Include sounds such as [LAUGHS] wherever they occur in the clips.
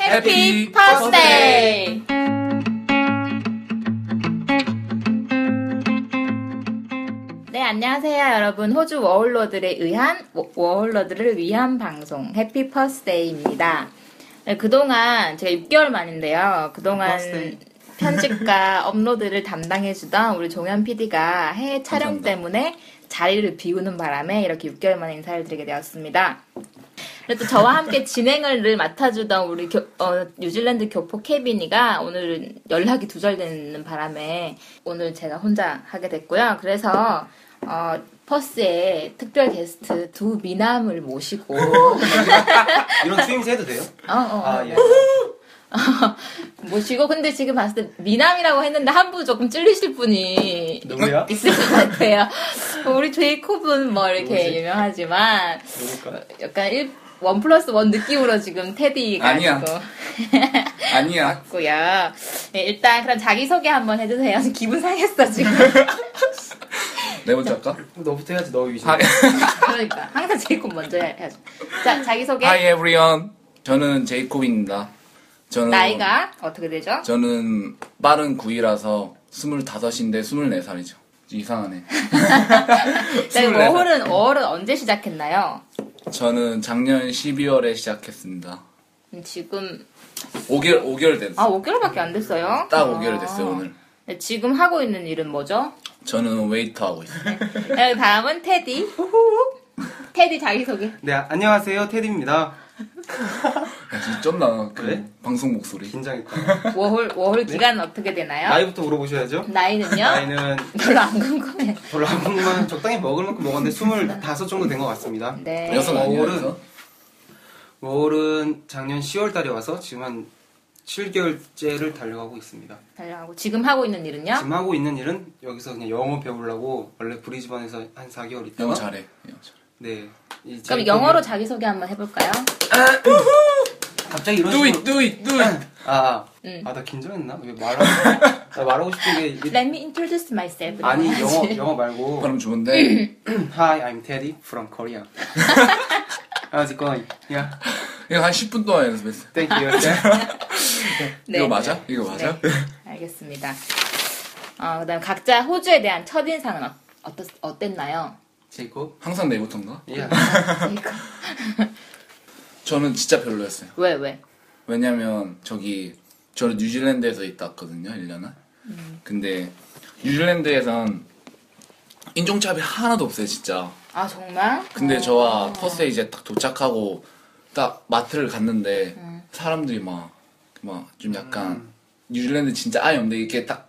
해피 퍼스데이! 네, 안녕하세요, 여러분. 호주 워홀러들에 의한, 워- 워홀러들을 위한 방송, 해피 퍼스데이입니다. 네, 그동안, 제가 6개월 만인데요. 그동안 퍼스데이. [LAUGHS] 편집과 업로드를 담당해주던 우리 종현 PD가 해외 촬영 감사합니다. 때문에 자리를 비우는 바람에 이렇게 6개월 만에 인사를 드리게 되었습니다. 그리고 또 저와 함께 진행을 늘 맡아주던 우리 교- 어, 뉴질랜드 교포 케빈이가 오늘은 연락이 두절되는 바람에 오늘 제가 혼자 하게 됐고요. 그래서 어, 퍼스의 특별 게스트 두 미남을 모시고 [LAUGHS] 이런 추임새 해도 돼요? 어, 어, 아, 예. [LAUGHS] 모시고 근데 지금 봤을 때 미남이라고 했는데 한 분 조금 찔리실 분이 누구야? 있을 것 같아요. 우리 제이콥은 뭐 이렇게 누구지? 유명하지만 누굴까? 약간 일, 원 플러스 원 느낌으로 지금 테디가 아니야. [LAUGHS] 지금 아니야. 고요. 네, 일단 그럼 자기 소개 한번 해주세요. 기분 상했어 [LAUGHS] 지금. 내 먼저 네 할까? 너부터 해야지, 너 위신. 아, 그러니까 항상 제이콥 먼저 해야죠. 자 자기 소개. 예. Hi everyone. 저는 제이콥입니다. 저는 나이가 어떻게 되죠? 저는 빠른 9이라서 25인데 24살이죠. [LAUGHS] 이상하네. 네, 24살. 워홀은 워홀은 언제 시작했나요? 저는 작년 12월에 시작했습니다. 음, 지금 5개월 5개월 됐어. 아 5개월밖에 안 됐어요. 딱 아. 5개월 됐어요, 오늘. 네, 지금 하고 있는 일은 뭐죠? 저는 웨이터 하고 있어요. 네, 다음은 테디. 테디 자기 소개. [LAUGHS] 네, 안녕하세요, 테디입니다. 야, 진짜 쩐다. 그 그래? 방송 목소리. 긴장했다. 워홀 워홀 기간 어떻게 되나요? 나이부터 물어보셔야죠. 나이는요? 나이는 별로 안 궁금해. 별로 안 먹으면 적당히 먹을 만큼 먹었는데 25 정도 된 것 같습니다. 네. 여섯 아니에요? 어울은- 여섯? 월은 작년 10월 달에 와서 지금 한 7개월째를 달려가고 있습니다. 달려가고 지금 하고 있는 일은요? 지금 하고 있는 일은 여기서 그냥 영어 배우려고 원래 브리즈번에서 한 4개월 있다가 영어 잘해. 영어 잘해. 네. 이 그럼 제이콥이- 영어로 자기소개 한번 해볼까요? 갑자기 이런 Do it, 식으로- do it, do it. 아, 음. 아, 나 긴장했나? 왜 말하고, 나 말하고 싶은 게 이게 Let me introduce myself. 아니 이러면서 [LAUGHS] 영어 영어 말고 [CLEARS THROAT] 발음 좋은데. Hi, I'm Teddy from Korea. [LAUGHS] How's it going? Yeah, 이거 한 10분 동안 연습했어요. thank [LAUGHS] you. 네, 이거 네. 맞아? 이거 맞아? 네. 알겠습니다. 어, 그다음 각자 호주에 대한 첫 인상은 어, 어떻, 어땠나요? 제이콥. 항상 내부턴가? Yeah. 네, 이거. 저는 진짜 별로였어요. 왜 왜? 왜냐면 저기 저는 뉴질랜드에서 있다 왔거든요, 1년을. 음. 근데 뉴질랜드에선 인종차별 하나도 없어요, 진짜. 아 정말? 근데 저와 퍼스에 이제 딱 도착하고 딱 마트를 갔는데 음. 사람들이 막 막 좀 약간 뉴질랜드 진짜 아예 없는데 이렇게 딱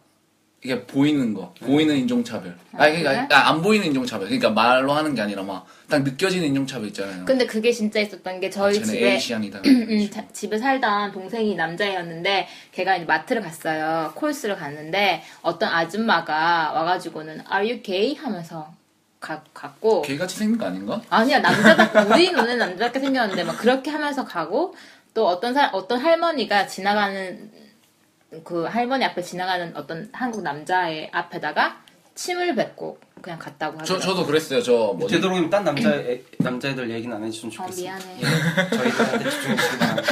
이게 보이는 거 보이는 인종차별 아 그래? 그러니까 아, 안 보이는 인종차별 그러니까 말로 하는 게 아니라 막 딱 느껴지는 인종차별 있잖아요. 근데 그게 진짜 있었던 게 저희 아, 쟤는 집에 에이시안이다. [CLEARS THROAT] 음, 자- 집에 살던 동생이 남자애였는데 걔가 이제 마트를 갔어요. 콜스를 갔는데 어떤 아줌마가 와가지고는 Are you gay? 하면서 가, 갔고 개같이 생긴 거 아닌가? 아니야 남자답게 우리 눈에 남자답게 생겼는데 막 그렇게 하면서 가고 또 어떤 사 어떤 할머니가 지나가는 그 할머니 앞에 지나가는 어떤 한국 남자의 앞에다가 침을 뱉고 그냥 갔다고 저 하더라고. 저도 그랬어요. 저 뭐지? 되도록이면 딴 [CLEARS THROAT] 남자 애, 남자애들 얘기는 안 해주면 아 좋겠어요. 예, 미안해. 저희들한테 [LAUGHS] 집중해주시기 바랍니다.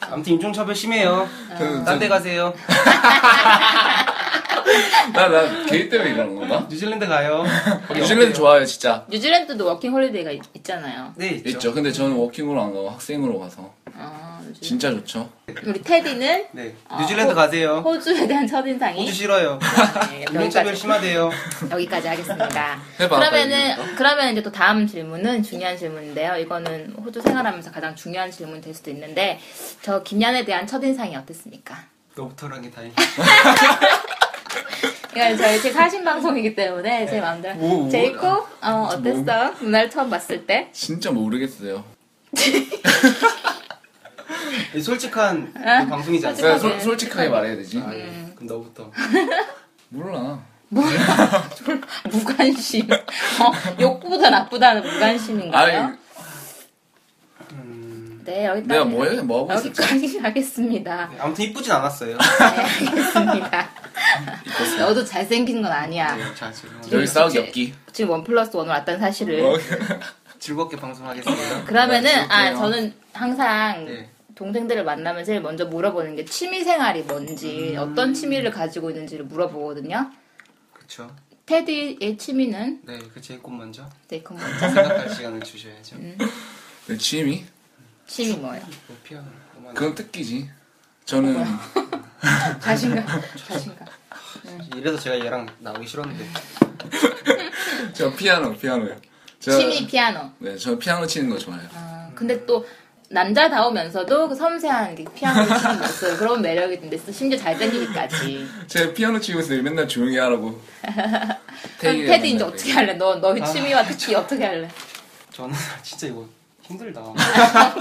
아무튼 인종차별 심해요. 아. 저- 딴 데 가세요. 나나개 때문에 그런 건가? 뉴질랜드 가요. 거기 뉴질랜드 네. 어때요? 좋아요, 진짜. 뉴질랜드도 워킹 홀리데이가 있, 있잖아요. 네 있죠. 있죠. 근데 저는 워킹으로 안 가고 학생으로 가서 어, 뉴질랜드. 진짜 좋죠. 우리 테디는 네 아, 뉴질랜드 호- 어? 가세요. 호주에 대한 첫인상이 호주 싫어요. 네, 인종차별 여기까지, [LAUGHS] 심하대요. 여기까지 하겠습니다. 해봐, 그러면은 그러면 이제 또 다음 질문은 중요한 질문인데요. 이거는 호주 생활하면서 가장 중요한 질문 될 수도 있는데 저 김연에 대한 첫인상이 어땠습니까? 너부터라는 게 다행. 이건 저희 제 사신 방송이기 때문에 제 오, 마음대로 오. 제이코 아, 뭐. 어, 어땠어? 누나를 처음 봤을 때? 진짜 모르겠어요. 이 솔직한 아? 그 방송이지 내가 않습니까? 솔- 솔직하게 말해야 되지. 아, 네. 예. 그럼 너부터. 몰라. 뭐야? [LAUGHS] 졸라 무관심. 어, 욕보다 나쁘다는 무관심인가요? 아니, 음, 네, 여기까지. 내가 뭐 해? 뭐 하고 있었지? 아, 여기까지 하겠습니다. 네, 아무튼 [LAUGHS] 이쁘진 않았어요. 네, [LAUGHS] 알겠습니다. 너도 잘생긴 건 아니야. 네, 자, 죄송합니다. 여기 싸우기 없기. 지금 원 플러스 원으로 왔다는 사실을. 즐겁게 방송하겠습니다. 그러면은, 어. 네, 아, 그렇네요. 저는 항상 네. 동생들을 만나면 제일 먼저 물어보는 게 취미생활이 뭔지, 어떤 취미를 가지고 있는지를 물어보거든요. 그렇죠. 테디의 취미는? 네, 그 제 꽃 먼저 네, 그럼 생각할 시간을 주셔야죠. 음. 내 네, 취미? 취미 뭐예요? 뭐 피아노, 뭐만 그건 뜯기지. 어. 저는 자신감, 자신감. 이래서 제가 얘랑 나오기 싫었는데 [LAUGHS] 저 피아노 피아노요. 저, 취미 피아노. 네, 저 피아노 치는 거 좋아해요. 아, 근데 또 남자다우면서도 그 섬세한 게 피아노 치는 모습 그런 매력이 있는데 또 심지어 잘생기기까지 제가 피아노 치고 있어요. 맨날 조용히 하라고. [LAUGHS] 그럼 테디 이제 어떻게 할래? 너 너의 취미와 특기 어떻게 할래? 저는 [LAUGHS] 진짜 이거 힘들다. 아,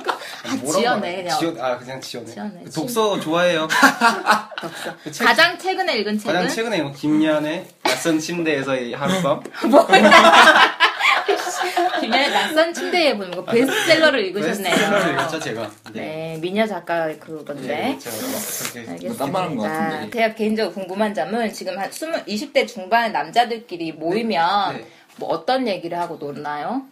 뭐라고 지연해 말해? 그냥 지연, 아 그냥 지연해. 지연해, 독서 좋아해요. 없어. 그 책- 가장 최근에 읽은 책은 가장 최근에 이거 김연의 낯선 침대에서의 하룻밤. 김연의 낯선 침대에 보는 거 베스트셀러를 읽으셨네요. 베스트셀러를 읽었죠 네. 제가. 네, 미녀 작가의 그건데. 제가 그렇게 알겠습니다. 딴 말한 것 같은데. 제가 개인적으로 궁금한 점은 지금 한 20, 20대 중반의 남자들끼리 모이면 네. 뭐 어떤 얘기를 하고 놀나요?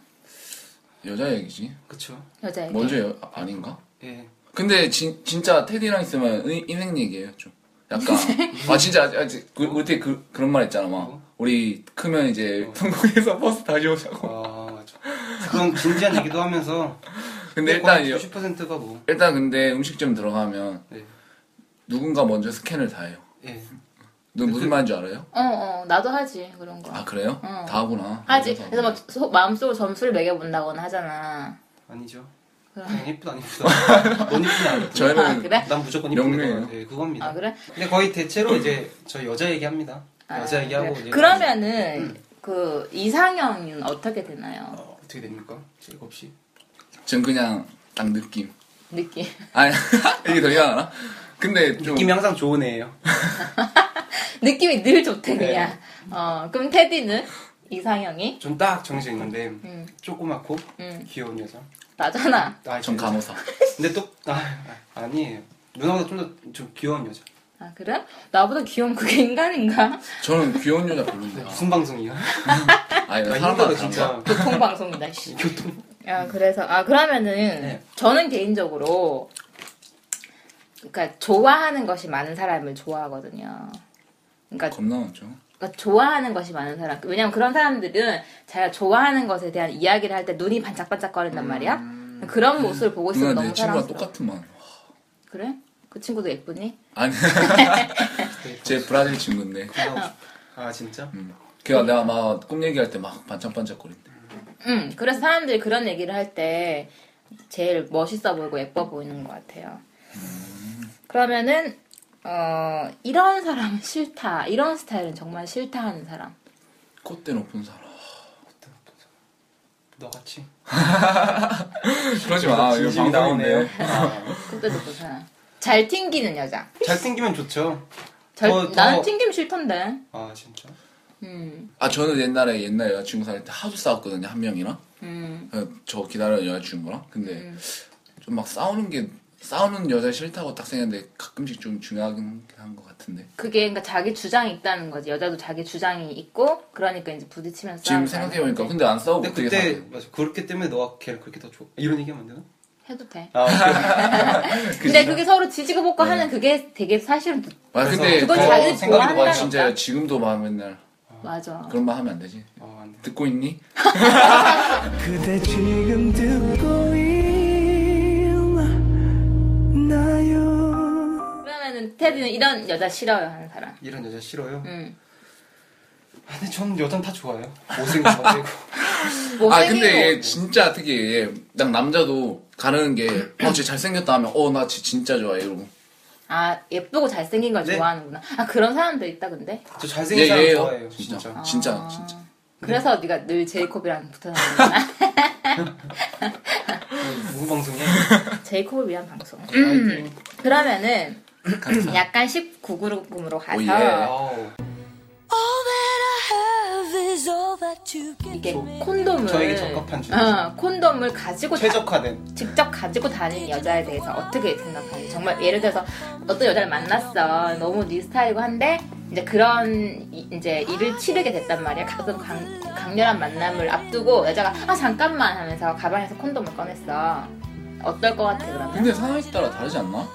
여자 얘기지. 그쵸. 여자에게. 먼저 여, 아, 아닌가? 그렇죠. 예. 근데 진, 진짜 테디랑 있으면 인- 인생 얘기예요 좀. 약간 아 진짜 아, 진짜 그, 우리 그 그런 말 있잖아 어. 막 우리 크면 이제 성공해서 [LAUGHS] 버스 다시 오자고. 아 맞아. 그런 진지한 얘기도 하면서. 네, 근데 일단 여- 90%가 뭐. 일단 근데 음식점 들어가면 네. 누군가 먼저 스캔을 다 해요. 예. 너 무슨 그 말인지 알아요? 어, 어, 나도 하지, 그런 거. 아 그래요? 어. 다 하구나. 하지. 그래서. 그래서 막 속- 마음속으로 점수를 매겨본다거나 하잖아. 아니죠. 그럼. 그냥 예쁘다 안 예쁘다. [LAUGHS] 넌 예쁘냐 안 예쁘냐. 아, 저희는 그래? 난 무조건 예쁘다. 명료해요. 네, 그겁니다. 아, 그래? 근데 거의 대체로 이제 저 여자 얘기합니다. 아, 여자 얘기하고 그래. 이제 음. 그러면은, 그, 이상형은 어떻게 되나요? 어, 어떻게 됩니까? 7시. 전 그냥 딱 느낌. 느낌. 아니 [LAUGHS] 이게 더 이상하나? 근데 좀 느낌이 항상 좋은 애예요. 느낌이 늘 좋대, 네. 그냥. 어, 그럼 테디는? 이상형이? 전 딱 정해져 있는데 음. 조그맣고 귀여운 여자. 나잖아. 아, 전 간호사. 근데 또 아, 아, 아니에요. 누나보다 좀더 좀 귀여운 여자. 아, 그래? 나보다 귀여운 그게 인간인가? 저는 귀여운 여자 네. 별론데. 아, 무슨 방송이야? 아니 나 네, 사람마다 힘들어 다른가? 진짜. 교통방송이다, [LAUGHS] 씨. 교통. 아, 그래서, 아, 그러면은, 네. 저는 개인적으로, 그러니까, 좋아하는 것이 많은 사람을 좋아하거든요. 그러니까, 겁나 많죠. 그러니까 좋아하는 것이 많은 사람. 왜냐면 그런 사람들은 자기가 좋아하는 것에 대한 이야기를 할 때 눈이 반짝반짝거린단 말이야. 그런 모습을 보고 있으면 음. 누나 내 너무 친구랑 사랑스러워. 똑같은만. 그래? 그 친구도 예쁘니? 아니 제 브라질 친구인데. 네. 아 진짜? 음. 걔가 내가 막 꿈 얘기할 때 막 반짝반짝거린대. 응. 그래서 사람들이 그런 얘기를 할 때 제일 멋있어 보이고 예뻐 보이는 것 같아요. 그러면은 어 이런 사람은 싫다. 이런 스타일은 정말 싫다 하는 사람. 콧대 높은 사람. 너 같이. 그러지 마. 이거 진심이 나오네요. 방송인데. [LAUGHS] 아, 그때도 그 사람. 잘 튕기는 여자. 잘생기면 좋죠. 뭐 절- 어, 더- 더- 나는 튕김 싫던데. 아 진짜. 음. 아 저는 옛날에 옛날 여자친구 사귈 때 하도 싸웠거든요 한 명이랑. 음. 어, 저 기다리는 여자친구랑 근데 좀 막 싸우는 게 싸우는 여자 싫다고 딱 생각했는데 가끔씩 좀 중요하긴 한 것 같은데 그게 그러니까 자기 주장이 있다는 거지. 여자도 자기 주장이 있고 그러니까 이제 부딪히면서 싸우는 지금 생각해보니까 건데. 근데 안 싸우고 근데 어떻게 그때 살아요? 맞아. 그렇기 때문에 너가 걔를 그렇게 더 좋아. 이런 얘기하면 안 되나? 해도 돼. 아 [LAUGHS] 오케이. 근데 그게 서로 지지고 볶고 네. 하는 그게 되게 사실은 아 근데 그건 그거 자기를 생각해도 막 좋아한다니까. 진짜 지금도 막 맨날 맞아. 그런 말 하면 안 되지 아, 안 돼. 듣고 있니? 그대 지금 듣고 있나요? 그러면은 테디는 이런 여자 싫어요 하는 사람. 이런 여자 싫어요. 음. 아, 근데 전 여자는 다 좋아요. 못생긴 [LAUGHS] 거 아 못생긴 근데 거. 얘 진짜 특히 얘딱 남자도 가르는 게어쟤 잘생겼다 하면 어나 진짜 좋아해 이러고 아 예쁘고 잘생긴 걸 네. 좋아하는구나. 아 그런 사람도 있다 근데. 저 잘생긴 사람 얘 좋아해요. 얘요 진짜. 예, 진짜 진짜 진짜 그래서 네가 늘 제이콥이랑 붙어다니는 어, 누구 방송이야? 제이콥을 위한 방송. 음. 아이템. 그러면은 음. 약간 19그룹으로 가서 오, 예. 아우. All that I have is is all that you give 이게 me. 콘돔을 저에게 적합한 주제죠. 어, 콘돔을 가지고 다- 최적화된 직접 가지고 다니는 여자에 대해서 어떻게 생각하는지 정말 예를 들어서 어떤 여자를 만났어 너무 네 스타일이고 한데 이제 그런 이- 이제 일을 치르게 됐단 말이야 가끔 강, 강렬한 만남을 앞두고 여자가 아 잠깐만 하면서 가방에서 콘돔을 꺼냈어 어떨 것 같아 그러면? 근데 상황에 따라 다르지 않나?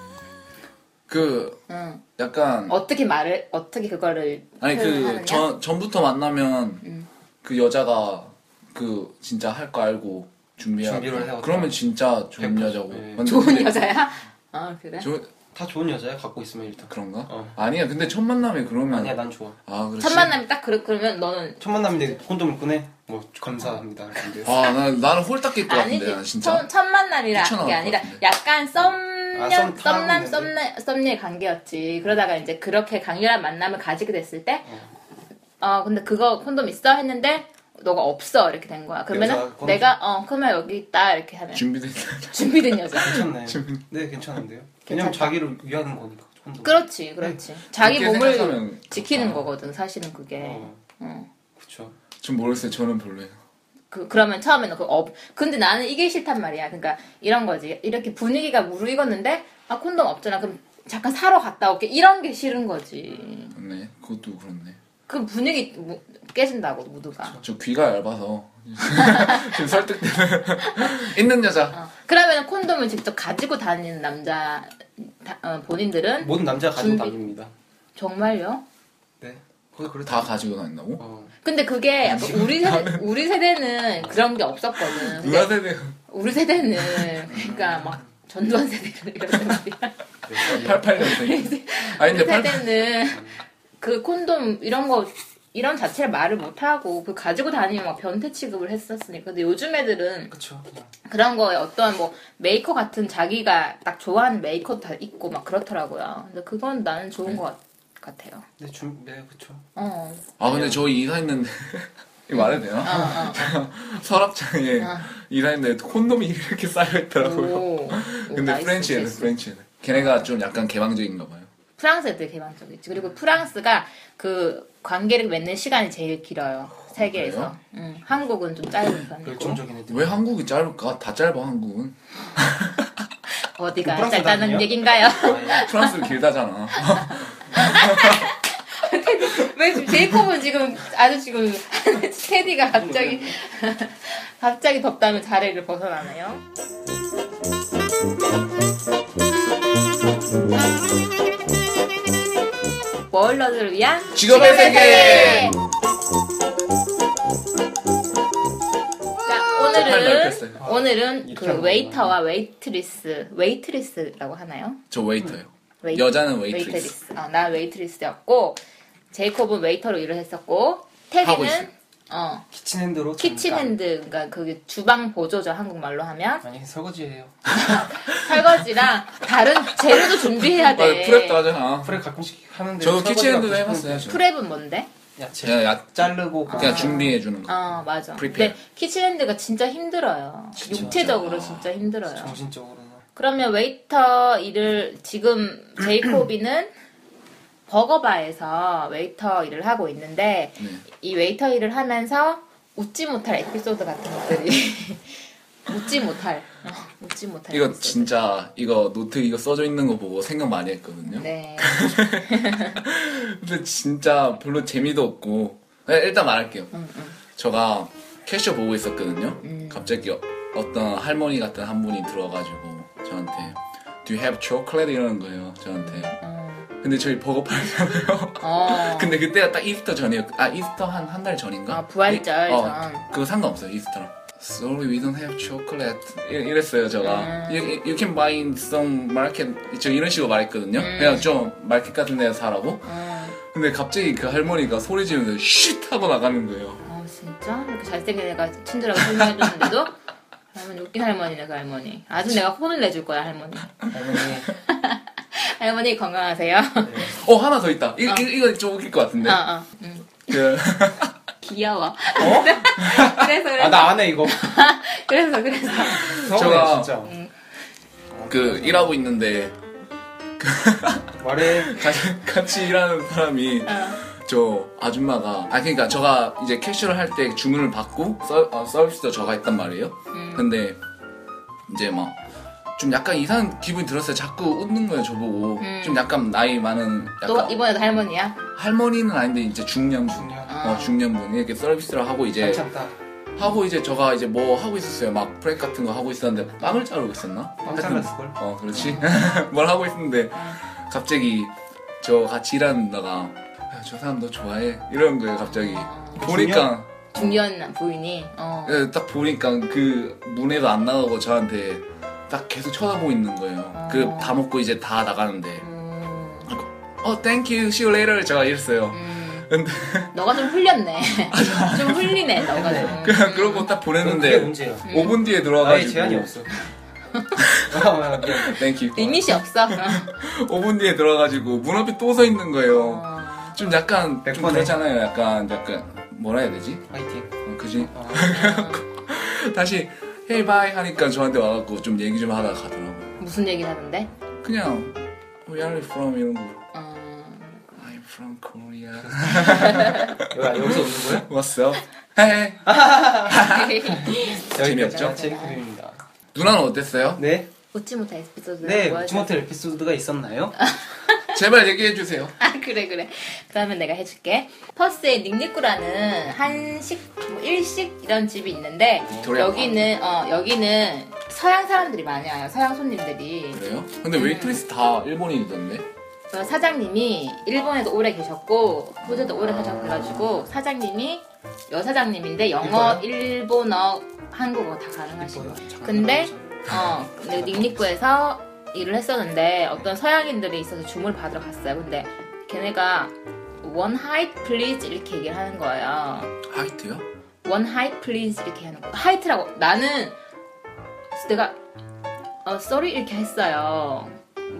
그 응. 약간 어떻게 말을 어떻게 그거를 아니 표현하느냐? 그 전 전부터 만나면 음. 그 여자가 그 진짜 할 거 알고 준비하고 준비를 해왔다. 그러면 진짜 좋은 100%. 여자고 네. 근데 좋은 근데 여자야? 어 그래? 좋은- 다 좋은 여자야 갖고 있으면 일단 그런가? 어. 아니야 근데 첫 만남에 그러면 아니야 난 좋아 아 그렇지 첫 만남이 딱 그래 그러면 너는 첫 만남인데 콘돔을 꺼내? 뭐 감사합니다. 근데 아난 나는 홀딱 낄것 같은데 난 아니지 진짜 첫, 첫 만남이라 뛰쳐나올 그게 것 아니라 같은데. 약간 아, 썸녀 썸 타고 썸남 있는데. 썸녀 썸녀의 관계였지 그러다가 이제 그렇게 강렬한 만남을 가지게 됐을 때 어 근데 그거 콘돔 있어 했는데 너가 없어 이렇게 된 거야 여자가 그러면은 콘돔 내가 어 그러면 여기 있다 이렇게 하면 준비됐다 준비된 [LAUGHS] 여자 괜찮네. [LAUGHS] 네 괜찮은데요. 왜냐면 자기를 위하는 거니까 콘돔. 그렇지 그렇지 자기 그렇게 몸을 생각하면 지키는 그렇다. 거거든 사실은 그게 어. 어. 그쵸. 좀 모르겠어요 저는 별로예요 그, 그러면 처음에는 그 업. 근데 나는 이게 싫단 말이야. 그러니까 이런 거지. 이렇게 분위기가 무르익었는데, 아, 콘돔 없잖아. 그럼 잠깐 사러 갔다 올게. 이런 게 싫은 거지. 네 그것도 그렇네 그 분위기 무- 깨진다고, 무드가. 저 귀가 얇아서 [LAUGHS] 지금 설득되는 있는 [LAUGHS] 여자 어. 그러면 콘돔을 직접 가지고 다니는 남자, 다- 어, 본인들은 모든 남자가 가진 준비. 답입니다. 정말요? 네. 거의 그렇다. 다 가지고 다닌다고? 어. 근데 그게 약간 우리 세대, 우리 세대는 그런 게 없었거든. 근데 누가 되네 우리 세대는, 그러니까 막 전두환 세대를 이런 거. 88년생 아니 근데 우리 88 세대는 그 콘돔 이런 거 이런 자체를 말을 못 하고 그 가지고 다니면 막 변태 취급을 했었으니까 근데 요즘 애들은 그쵸. 그냥. 그런 거에 어떠한 뭐 메이커 같은 자기가 딱 좋아하는 메이커도 다 있고 막 그렇더라고요. 근데 그건 나는 좋은 네. 것 같아요. 네 준. 네 그쵸. 어, 아 근데 저 이사했는데 [LAUGHS] 이거 말해도 되나? 어, 어. [LAUGHS] 서랍장에 아. 이사했는데 콘돔이 이렇게 쌓여 있더라고요. 오, 오, [LAUGHS] 근데 나이스, 프렌치 애들 나이스. 프렌치 애들 걔네가 좀 약간 개방적인가 봐요. 프랑스 애들 개방적이지. 그리고 프랑스가 그 관계를 맺는 시간이 제일 길어요. 세계에서. 아, 그래요? 응. 한국은 좀 짧은 편이고. 열정적인 애들. 왜 한국이 짧을까? 다 짧아 한국은. 어디가 그 프랑스 짧다는 다니냐? 얘긴가요? [LAUGHS] 프랑스는 길다잖아. [LAUGHS] 왜 지금 제이콥은 지금 아주 지금 [LAUGHS] 테디가 갑자기 [LAUGHS] 갑자기 덥다면 자리를 벗어나네요. 워일러들을 위한 직업의 세계! 자, 정말 오늘은 넓혔어요. 오늘은 이렇게 하는 그 웨이터와 웨이트리스 웨이트리스라고 하나요? 저 웨이터예요. 웨이- 여자는 웨이트리스. 웨이트리스. 어, 난 웨이트리스였고 제이콥은 웨이터로 일을 했었고 하고 있어요. 태기는 어 키친핸드로. 잠깐. 키친핸드 그러니까 그게 주방 보조죠 한국말로 하면 음. 아니 설거지해요. 설거지랑 다른 재료도 준비해야 [LAUGHS] 아, 돼. 프랩도 하잖아. 프레 가끔씩 하는데. 저도 설거지 키친핸드도 가끔씩 해봤어요. 저. 네. 아, 은 뭔데? 야채. 그냥, 야- 자르고 그냥 준비해 주는 거. 어 맞아. Prepare. 근데 키친핸드가 진짜 힘들어요. 육체적으로 진짜 힘들어요. [LAUGHS] 정신적으로는 그러면 웨이터 일을 지금 제이콥이는 [CLEARS THROAT] 버거바에서 웨이터 일을 하고 있는데 네. 이 웨이터 일을 하면서 웃지 못할 에피소드 같은 것들이 [LAUGHS] 웃지 못할 어, 웃지 못할 이거 에피소드. 진짜 이거 노트 이거 써져 있는 거 보고 생각 많이 했거든요. 네 근데 진짜 별로 재미도 없고 네, 일단 말할게요. 음, 제가 캐셔 보고 있었거든요. 갑자기 어- 어떤 할머니 같은 한 분이 들어와가지고 저한테 Do you have chocolate 이러는 거예요. 저한테. 음. 근데 저희 버거 팔잖아요. 어. 근데 그때가 딱 이스터 전이에요. 아 이스터 한 한 달 전인가? 아, 부활절 예, 전. 그거 상관없어요 이스터랑. Sorry, we don't have chocolate. 이- 이랬어요 음. 제가. You, you can buy in some market. 저 이런 식으로 말했거든요. 음. 그냥 좀 마켓 같은 데서 사라고. 어, 근데 갑자기 그 할머니가 소리 지르면서 쉿 하고 나가는 거예요. 아 진짜 이렇게 잘생긴 애가 친절하게 설명해줬는데도 [LAUGHS] 할머니 웃긴 할머니네 그 할머니 아주 내가 혼을 내줄 거야 할머니 할머니 네. 할머니 건강하세요 어 하나 더 있다. 이, 이, 이거 좀 웃길 것 [LAUGHS] 같은데. 어, 어. 음. 그, 귀여워 [LAUGHS] 그래서 그래서 어? 아나 안 해 [LAUGHS] 이거 그래서 그래서 서운해 저가- 진짜 음. 그 일하고 있는데 말해 같이, 같이 일하는 사람이 저 아줌마가 아 그러니까 저가 이제 캐셔를 할 때 주문을 받고 서, 어, 서비스도 저가 했단 말이에요. 음. 근데 이제 막 좀 약간 이상한 기분이 들었어요. 자꾸 웃는 거예요 저보고 좀 약간 나이 많은 또 약간 음. 이번에도 할머니야? 할머니는 아닌데 이제 중년분 중년. 어 중년분 이렇게 서비스를 하고 이제 한참 딱 하고 이제 저가 이제 뭐 하고 있었어요. 막 프렉 같은 거 하고 있었는데 빵을 자르고 있었나? 빵 하여튼, 잘랐을걸? 어, 그렇지. [LAUGHS] 뭘 하고 있었는데 갑자기 저 같이 일하는 누나가 야, 저 사람 너 좋아해 이런 거예요 갑자기 그 보니까 중년 부인이. 어. 예, 딱 보니까 그 문에도 안 나가고 저한테 딱 계속 쳐다보고 있는 거예요. 그 음. 다 먹고 이제 다 나가는데 음, 어 땡큐 see you later 제가 이랬어요. 음. 근데 너가 좀 흘렸네. 좀 흘리네, 너가 좀. [LAUGHS] 그냥 그러고 딱 그게 보냈는데 문제야. 5분 뒤에 아예 들어와가지고 제한이 [LAUGHS] 없어. [LAUGHS] 아, 미안. 땡큐 리밋이 없어. 5분 뒤에 들어와가지고 문 앞에 또 서 있는 거예요. 어. 좀 약간 좀 백번에. 그렇잖아요. 약간 약간 뭐라 해야 되지? 화이팅. 어, 그지? [LAUGHS] 다시 헤이 바이 하니까 저한테 와갖고 좀 얘기 좀 하다가 가더라고요. 무슨 얘기를 하는데? 그냥 Where are you from? 이런 거 [LAUGHS] 어. I'm from Korea. [LAUGHS] 야, 아, 여기서 웃는 거야? What's up? 헤이. 네, 재미없죠? 제리입니다 누나는 어땠어요? 네? 웃지 못할 에피소드. 네, 뭐였어? 웃지 못할 에피소드가 있었나요? 제발 얘기해주세요. 아 그래 그래 그러면 내가 해줄게 퍼스의 닉닉꾸라는 한식 뭐 일식 이런 집이 있는데 도리아 여기는 어 여기는 서양 사람들이 많이 와요 서양 손님들이 그래요? 근데 웨이트리스 다 일본인이던데? 그 사장님이 일본에도 오래 계셨고 호주도 오래 계셨고 그래가지고 사장님이 여사장님인데 영어 일본어 한국어 다 가능하신 거예요 근데 어 근데 닉닉구에서 일을 했었는데 어떤 서양인들이 있어서 주문을 받으러 갔어요 근데 걔네가 one height please 이렇게 얘기를 하는 거예요 하이트요? one height please 이렇게 하는 거 하이트라고 나는 그래서 내가 어 sorry 이렇게 했어요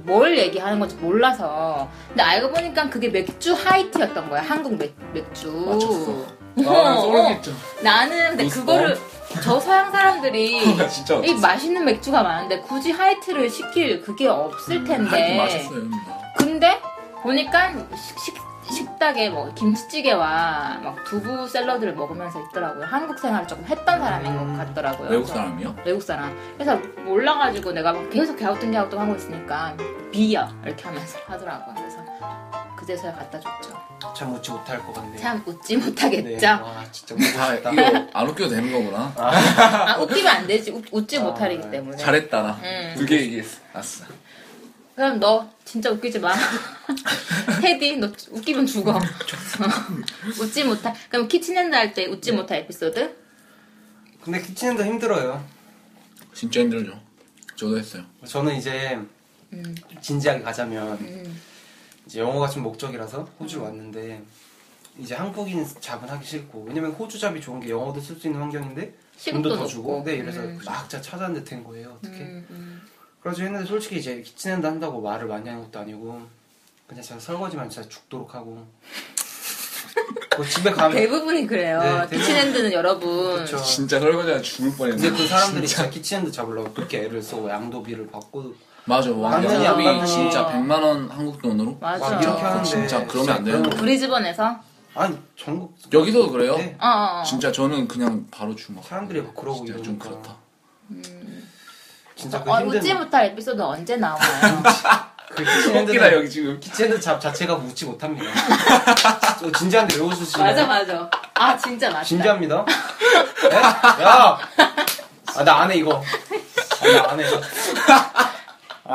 뭘 얘기하는 건지 몰라서 근데 알고 보니까 그게 맥주 하이트였던 거야 한국 맥, 맥주 맞췄어. 어, 아, 소름끼쳐. 나는 근데 무슨 그거를 저 서양 [LAUGHS] 사람들이 진짜 이 어땠어? 맛있는 맥주가 많은데 굳이 하이트를 시킬 그게 없을 텐데 음, 하이트 맛있어요, 누나. 근데 보니까 식, 식, 식탁에 뭐 김치찌개와 막 두부 샐러드를 먹으면서 있더라고요. 한국 생활을 조금 했던 사람인 것 같더라고요. 음, 외국 그래서- 사람이요? 외국 사람. 그래서 몰라가지고 내가 막 계속 갸우뚱 갸우뚱 하고 있으니까 비어 이렇게 하면서 [LAUGHS] 하더라고요. 그래서 그제서야 갖다 줬죠. 참 웃지 못할 것 같네. 참 웃지 네. 못하겠죠. 와, 진짜 다 웃고 아, 이거 싶다. 안 웃겨도 되는 거구나. 아 네. 웃기면 안 되지. 웃, 지 못하기 때문에. 잘했다 나. 음. 두 개 얘기했어. 아싸. 그럼 너 진짜 웃기지 마. [LAUGHS] 테디, 너 웃기면 죽어. [LAUGHS] 웃지 못할. 그럼 키친핸드 할 때 웃지 못할 에피소드? 근데 키친도 힘들어요. 진짜 힘들죠. 저도 했어요. 저는 이제 음. 진지하게 가자면 이제 영어가 좀 목적이라서 호주 왔는데 이제 한국인 잡은 하기 싫고 왜냐면 호주 잡이 좋은 게 영어도 쓸 수 있는 환경인데 시급도 돈도 더 높고. 주고 네 이래서 음. 막 제가 찾았는데 된 거예요 어떻게 음, 음. 그래서 했는데 솔직히 이제 키친핸드 한다고 말을 많이 하는 것도 아니고 그냥 제가 설거지만 진짜 죽도록 하고 그 집에 가면 대부분이 그래요. 네, 대부분. 키친핸드는 여러분. 그쵸. 진짜 설거지가 죽을 뻔했네. 근데 그 사람들이 진짜 키친핸드 잡으려고 그렇게 애를 쓰고 양도비를 받고 맞아. 완전히 안 왕년이 받는 진짜 거. 100만 원 한국 돈으로. 맞아. 막 이렇게 하는데 진짜 그러면 안 되는 진짜 거. 브리즈번에서? 아니 전국 여기서도 그래요? 네. 어, 어, 어. 진짜 저는 그냥 바로 주먹. 사람들이 막 그러고 진짜 좀 이러니까. 그렇다. 진짜 그 어, 힘든 웃지 못할 에피소드 언제 [LAUGHS] 나와요? 그 키친핸드 웃기다, 여기 지금. 키친핸드 잡 자체가 웃지 못합니다 저 진지한데 왜 웃으시냐 맞아, 맞아. 아, 진짜 맞다. 진지합니다 네? 아, 야나 안 해 이거 나 안 해 아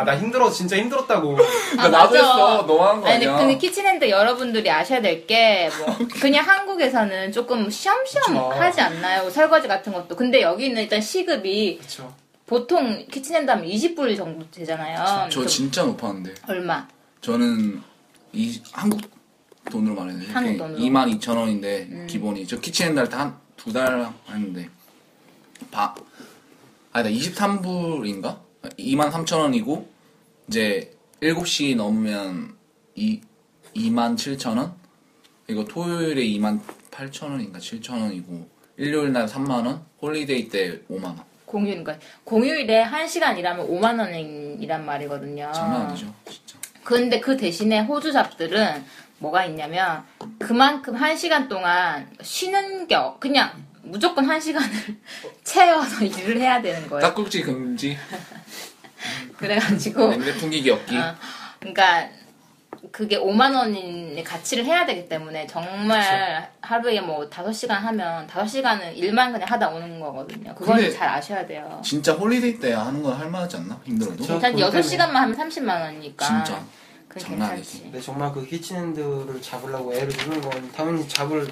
나 힘들어 진짜 힘들었다고 아, 나도 맞아. 했어. 너만 한거 아니, 아니야. 근데 그 키친핸드 여러분들이 아셔야 될 게, [LAUGHS] 뭐, 그냥 한국에서는 조금 쉬엄쉬엄 그쵸. 하지 않나요? 설거지 같은 것도. 근데 여기는 일단 시급이 그쵸 보통 키친핸드 하면 20불 정도 되잖아요. 저 그럼 진짜 높았는데. 얼마? 저는 이 한국 돈으로 말해야 돼. 한국 돈으로. 음. 2만 2천 원인데 기본이. 저 키친핸드 할때한두달 했는데 바 아니다 23불인가? 2만 3천 원이고 이제 7시 넘으면 이 2만 7천 원? 이거 토요일에 2만 8천 원인가 7천 원이고 일요일 날 3만 원, 홀리데이 때 5만 원. 공휴일인가? 공휴일에 1시간 일하면 5만원이란 말이거든요. 장난 아니죠, 진짜. 근데 그 대신에 호주 잡들은 뭐가 있냐면 그만큼 한 시간 동안 쉬는 겨 그냥 무조건 한 시간을 [LAUGHS] 채워서 일을 해야 되는 거예요. 딱꼭지 금지, 그래가지고 냄새 풍기기 없기. 어, 그러니까 그게 5만 원의 가치를 해야 되기 때문에 정말 하루에 뭐 5시간 하면 5시간은 일만 그냥 하다 오는 거거든요. 그거를 근데 잘 아셔야 돼요. 진짜 홀리데이 때 하는 건 할만하지 않나? 힘들어도. 그쵸. 일단 돈 6시간만 하면 30만 원이니까. 진짜. 그게 장난 괜찮지. 근데 정말 그 키친핸드를 잡으려고 애를 쓰는 건 당연히 잡을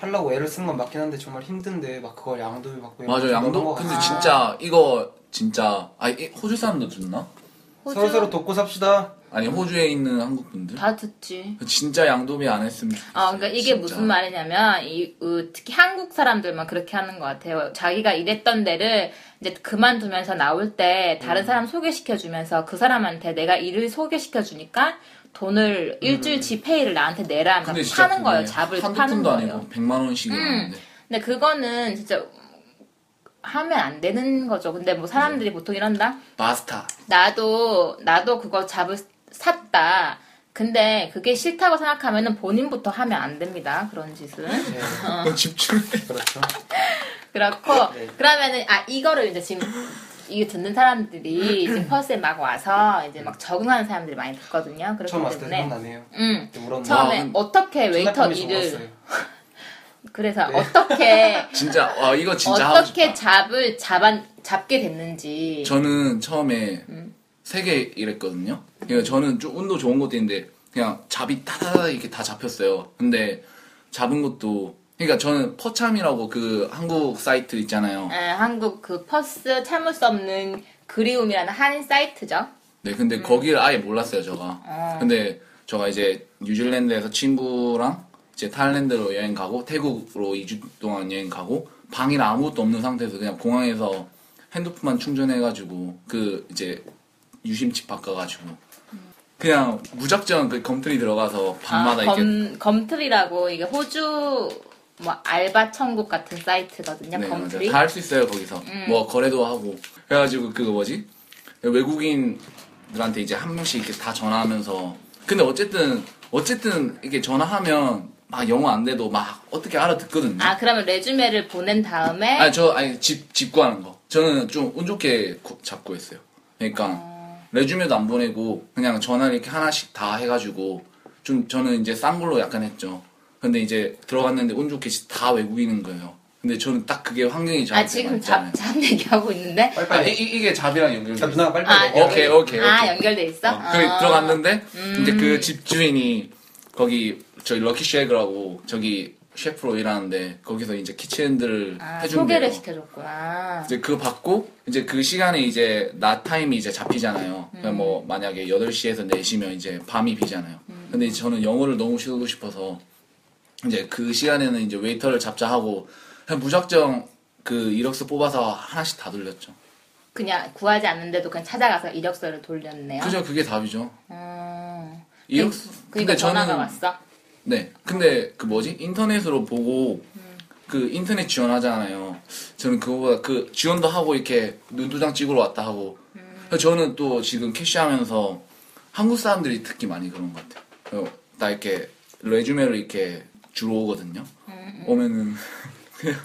하려고 애를 쓴 건 맞긴 한데 정말 힘든데 막 그걸 양도비 받고 맞아, 양도. 근데 진짜 이거 진짜 아 이- 호주 사람도 듣나? 호주 서로 서로 돕고 삽시다. [LAUGHS] 아니 호주에 있는 한국 분들? 다 듣지. 진짜 양도비 안 했으면 좋겠어. 아, 그러니까 이게 무슨 말이냐면 이, 으, 특히 한국 사람들만 그렇게 하는 것 같아요. 자기가 일했던 데를 이제 그만두면서 나올 때 다른 음. 사람 소개시켜 주면서 그 사람한테 내가 일을 소개시켜 주니까 돈을 음. 일주일치 페이를 나한테 내라 하면 파는 거예요. 잡을 한두 파는 푼도 거예요. 음. 아니고 100만 원씩이 나는데 근데 그거는 진짜 하면 안 되는 거죠. 근데 뭐 사람들이 보통 이런다. 마스타. 나도 나도 그거 잡을 샀다. 근데 그게 싫다고 생각하면은 본인부터 하면 안 됩니다. 그런 짓은. 네, 너 어. [LAUGHS] 집중해. 그렇죠. 그렇고 네. 그러면은 아 이거를 이제 지금 이게 듣는 사람들이 지금 퍼스에 막 와서 이제 막 적응하는 사람들이 많이 듣거든요. 처음 그렇기 왔을 때 때문에 생각나네요. 음 그때 울었나? 처음에 아, 근데 어떻게 웨이터 전화통이 일을 적었어요. 그래서 네. 어떻게 진짜 와 이거 [LAUGHS] 진짜 하고 어떻게 싶다. 잡을 잡아 잡게 됐는지 저는 처음에 세 개 일했거든요. 그러니까 저는 좀 운도 좋은 것도 있는데 그냥 잡이 따다 이렇게 다 잡혔어요. 근데 잡은 것도 그러니까 저는 퍼참이라고 그 한국 사이트 있잖아요. 에, 한국 그 퍼스 참을 수 없는 그리움이라는 한 사이트죠. 네, 근데 거기를 아예 몰랐어요, 제가. 근데 제가 이제 뉴질랜드에서 친구랑 이제 타일랜드로 여행 가고 태국으로 2주 동안 여행 가고 방에 아무것도 없는 상태에서 그냥 공항에서 핸드폰만 충전해가지고 그 이제 유심칩 바꿔가지고 그냥 무작정 그 검틀이 들어가서 밤마다 아, 이렇게 검, 검틀이라고 이게 호주 뭐 알바 천국 같은 사이트거든요. 네, 맞아요. 검틀이. 음. 다 할 수 있어요, 거기서. 뭐, 거래도 하고. 그래가지고, 그거 뭐지? 외국인들한테 이제 한 명씩 이렇게 다 전화하면서. 근데 어쨌든, 어쨌든, 이렇게 전화하면, 막 영어 안 돼도 막 어떻게 알아듣거든요. 아 네? 그러면 레주메를 보낸 다음에 아니, 저, 아니, 집, 집고 하는 거. 저는 좀 운 좋게 구- 잡고 했어요. 그러니까, 레주메도 안 보내고, 그냥 전화를 이렇게 하나씩 다 해가지고, 좀, 저는 이제 싼 걸로 약간 했죠. 근데 이제 들어갔는데 운 좋게 다 외국인인 거예요. 근데 저는 딱 그게 환경이 아 저한테 지금 맞잖아요. 잡, 잡 얘기하고 있는데 아, 이, 빨리빨리. 이- 이게 잡이랑 연결돼. 자, 누나가 빨리빨리. 아, 얘기해. 음. 오케이, 오케이. 아 오케이. 연결돼 있어? 어, 거기 아. 들어갔는데 이제 그 집주인이 거기 저희 럭키 쉐그라고 저기 셰프로 일하는데 거기서 이제 키친핸드를 아, 해준 소개를 거예요. 시켜줬구나. 이제 그거 받고 이제 그 시간에 이제 낮 타임이 이제 잡히잖아요. 그러니까 뭐 음. 만약에 8시에서 4시면 이제 밤이 비잖아요. 근데 이제 저는 영어를 너무 쉬고 싶어서 이제 그 시간에는 이제 웨이터를 잡자 하고 그냥 무작정 그 이력서 뽑아서 하나씩 다 돌렸죠. 그냥 구하지 않는데도 그냥 찾아가서 이력서를 돌렸네요. 그죠 그게 답이죠. 음. 이력서. 그러니까 전화가 왔어. 네. 근데 그 뭐지? 인터넷으로 보고 음. 그 인터넷 지원하잖아요. 저는 그거보다 그 지원도 하고 이렇게 눈도장 찍으러 왔다 하고. 음. 그래서 저는 또 지금 캐시하면서 한국 사람들이 특히 많이 그런 것 같아요. 그래서 나 이렇게 레주메를 이렇게 주로 오거든요. 음. 오면은 그냥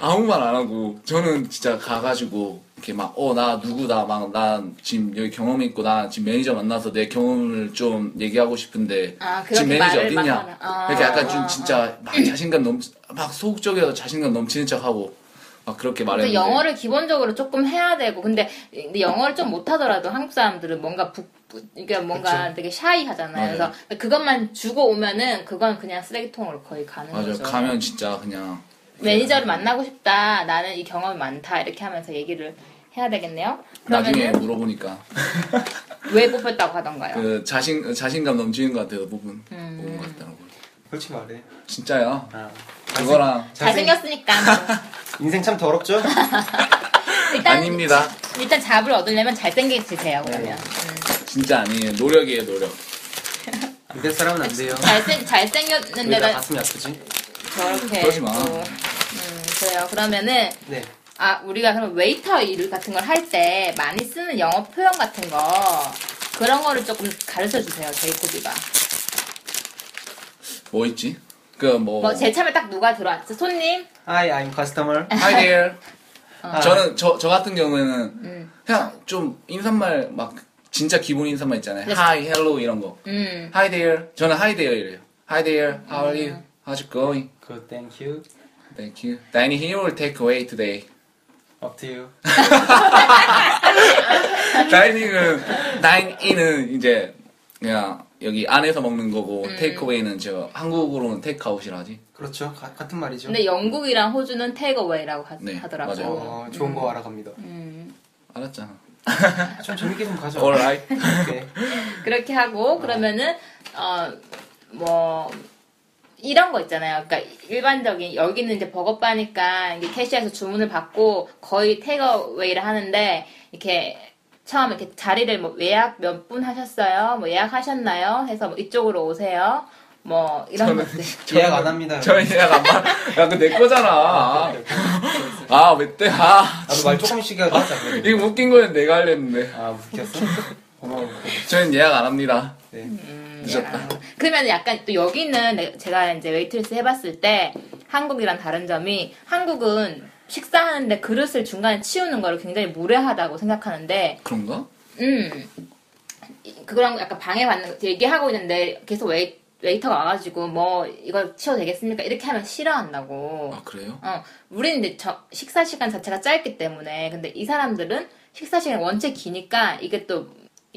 아무 말 안 하고 저는 진짜 가가지고 이렇게 막 어 나 누구다 막 난 지금 여기 경험이 있고 나 지금 매니저 만나서 내 경험을 좀 얘기하고 싶은데 아, 그렇게 지금 매니저 말을 막 어딨냐 하라. 아, 이렇게 약간 좀 아, 진짜 막 자신감 넘치 막 소극적이어서 자신감 넘치는 척하고 막 그렇게 근데 말했는데 영어를 기본적으로 조금 해야 되고 근데, 근데 영어를 좀 못하더라도 한국 사람들은 뭔가 북 북- 그러니까 뭔가 되게 샤이하잖아요. 맞아요. 그래서 그것만 주고 오면은 그건 그냥 쓰레기통으로 거의 가는 맞아 거죠. 가면 진짜 그냥 매니저를 만나고 싶다. 나는 이 경험이 많다. 이렇게 하면서 얘기를 해야 되겠네요. 나중에 그러면은 물어보니까 왜 뽑혔다고 하던가요? 그 자신 자신감 넘치는 것 같아요 그 부분 음. 부분 같더라고요 솔직히 말해. 진짜야 아, 그거랑 잘생겼으니까. [LAUGHS] 인생 참 [LAUGHS] 더럽죠? 일단 아닙니다 네. 일단 잡을 얻으려면 잘생기세요. 그러면 진짜 아니에요 노력이에요 노력 이대 사람은 안 돼요. 잘생 왜 나 잘생겼는데도 가슴이 아프지? 저렇게 그러니까 그러지 마. 또, 음, 그래요. 그러면은 네. 아 우리가 그럼 웨이터 일 같은 걸 할 때 많이 쓰는 영어 표현 같은 거 그런 거를 조금 가르쳐 주세요. 제이콥이가. 뭐 있지? 그뭐 뭐 제참에 딱 누가 들어왔어? 손님? Hi, I'm customer. Hi [LAUGHS] there. 아, 저는 저, 저 같은 경우에는 음. 그냥 좀 인사말 막 진짜 기본 인사말 있잖아요. 네. Hi, hello 이런 거. 음. Hi there. 저는 Hi there 이래요. Hi there. How are you? How's it going? Good, thank you. Thank you. Dining here or take away today? Up to you. [LAUGHS] Dining은 dining은 이제 그냥 여기 안에서 먹는 거고 음. take away는 저 한국으로는 take out이라 하지. 그렇죠. 가- 같은 말이죠. 네. 근데 영국이랑 호주는 테이크어웨이라고 하, 네, 더라고 맞아요. 어, 좋은 거 알아갑니다. 음. 알았잖아. 좀 재밌게 좀 가죠. Alright. 오케이. 그렇게 아. 하고 그러면은 어, 어뭐 이런 거 있잖아요. 그러니까 일반적인 여기는 이제 버거바니까 이게 캐시에서 주문을 받고 거의 테이크어웨이를 하는데 이렇게 처음 이렇게 자리를 뭐 예약 몇 분 하셨어요? 뭐 예약하셨나요? 해서 뭐 이쪽으로 오세요. 뭐 이런 것들. 예약 안 합니다. 저 예약 안 받. 야, 그 내 거잖아. 아, 왜 때? 아, 네. 나도 말 조금씩이라도 하자. 그래도. 이거 웃긴 거는 내가 하려 했는데. 아, 웃겼어? 고마워. 저는 예약 안 합니다. 네. 음, 늦었다. 야. 그러면 약간 또 여기는 내- 제가 이제 웨이트리스 해봤을 때 한국이랑 다른 점이 한국은 식사하는데 그릇을 중간에 치우는 거를 굉장히 무례하다고 생각하는데 그런가? 음 이- 그거랑 약간 방해받는 거- 얘기하고 있는데 계속 웨이, 웨이터가 와가지고 뭐 이거 치워도 되겠습니까 이렇게 하면 싫어한다고 아, 그래요? 어, 우리는 이제 저- 식사 시간 자체가 짧기 때문에 근데 이 사람들은 식사 시간 이 원체 기니까 이게 또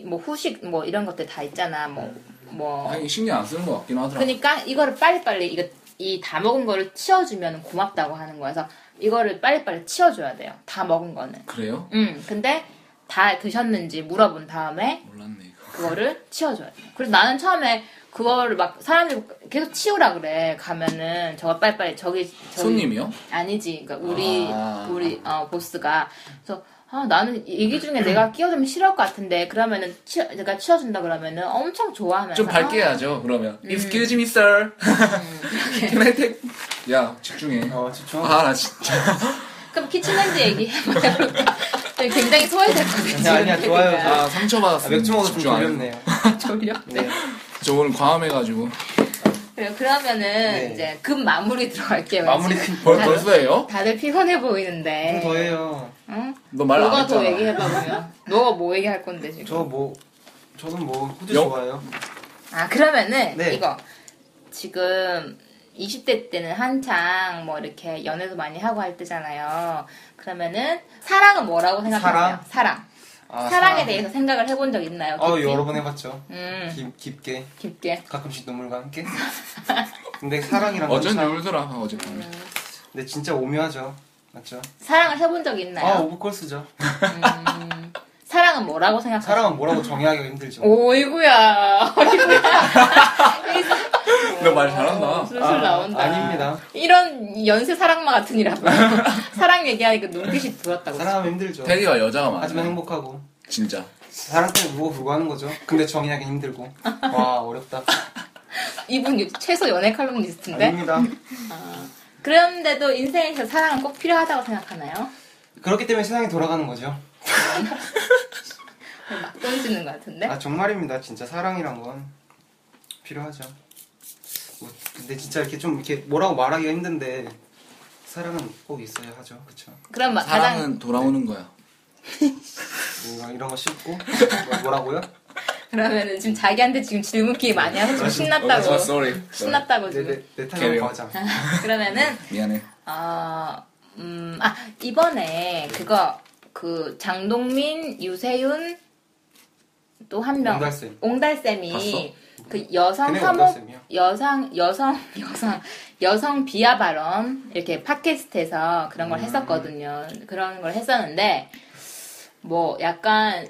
뭐 후식 뭐 이런 것들 다 있잖아 뭐 뭐. 아니 신경 안 쓰는 것 같긴 하더라. 그러니까 이거를 빨리빨리 이거 이 다 먹은 거를 치워주면 고맙다고 하는 거야. 그래서 이거를 빨리빨리 치워줘야 돼요. 다 먹은 거는. 그래요? 음. 근데 다 드셨는지 물어본 다음에 몰랐네 이거. 그거를 치워줘야 돼. 그래서 나는 처음에 그거를 막 사람들이 계속 치우라 그래. 가면은 저거 빨리빨리 저기 저기 손님이요? 아니지. 그러니까 우리 아. 우리 어, 보스가 그래서 아, 나는 얘기 중에 [CLEARS THROAT] 내가 끼워주면 싫어할 것 같은데 그러면은 치, 내가 치워준다 그러면은 엄청 좋아하면서 좀 아, 밝게 해야죠. 그러면 Excuse me, sir. Can I take? 야 집중해. 어, 집중. 아 나 진짜. 그럼 키친핸드 얘기해봐요. [LAUGHS] 네, 굉장히 소외될 것 같아요. 아니야, 좋아요. 아, 아 상처받았어. 아, 맥주 먹어서 좀 집중 안 해. 졸렸네요. [LAUGHS] 졸려. 네. 저 오늘 과음해가지고. 그래요. 그러면은 네. 이제 급 마무리 들어갈게요. 마무리 지금. 벌 다- 벌써예요? 다들 피곤해 보이는데. 좀 더해요. 응? 너 말 안 너가 더 했잖아. 얘기해봐 보면. 너가 뭐 얘기할 건데 지금? 저 뭐, 저는 뭐, 호주 영- 좋아해요. 아 그러면은 네. 이거 지금 20대 때는 한창 뭐 이렇게 연애도 많이 하고 할 때잖아요. 그러면은 사랑은 뭐라고 생각하세요? 사랑. 아, 사랑에 사랑. 대해서 생각을 해본 적 있나요? 어, 깊이? 여러 번 해봤죠. 음, 깊, 깊게. 깊게. 가끔씩 눈물과 [LAUGHS] 함께. 근데 사랑이랑 어쩐지 참- 울더라 어제. 근데 진짜 오묘하죠. 맞죠? 사랑을 해본 적 있나요? 아, 오브콜스죠. 음, 사랑은 뭐라고 생각하세요? 사랑은 뭐라고 정의하기가 힘들죠. 오이구야. 너 말 [LAUGHS] 잘한다. 술술 아, 나온다. 아닙니다. 이런 연쇄 사랑마 같은 [LAUGHS] 일 하고 사랑 얘기하니까 그 눈빛이 불었다고. 사랑하면 힘들죠. 테리가 여자가 하지만 많아. 행복하고. 진짜. 사랑 때문에 울고 불고 하는 거죠. 근데 정의하기 힘들고. 와, 어렵다. 이분 최소 연애 칼럼니스트인데. 아닙니다. 그런데도 인생에서 사랑은 꼭 필요하다고 생각하나요? 그렇기 때문에 세상이 돌아가는 거죠. 막 던지는 것 같은데. 아 정말입니다. 진짜 사랑이란 건 필요하죠. 뭐, 근데 진짜 이렇게 좀 이렇게 뭐라고 말하기가 힘든데 사랑은 꼭 있어야 하죠. 그쵸? 그럼 막 가장 사랑은 돌아오는 거야. 이런, 이런 거 쉽고 뭐- 뭐라고요? 그러면은 지금 자기한테 지금 질문기 많이 하고 지금 신났다고. 어, sorry. 신났다고 지금. 내내 개요. 타령 과장. 아. 그러면은 미안해. 아, 음, 아, 이번에 그거, 그, 장동민, 유세윤, 또 한 명. 옹달쌤. 옹달쌤이 봤어? 그 여성 걔네가 혐오, 옹달쌤이야? 여성, 여성, [LAUGHS] 여성, 여성 비하 발언, 이렇게 팟캐스트에서 그런 음. 걸 했었거든요. 그런 걸 했었는데, 뭐, 약간,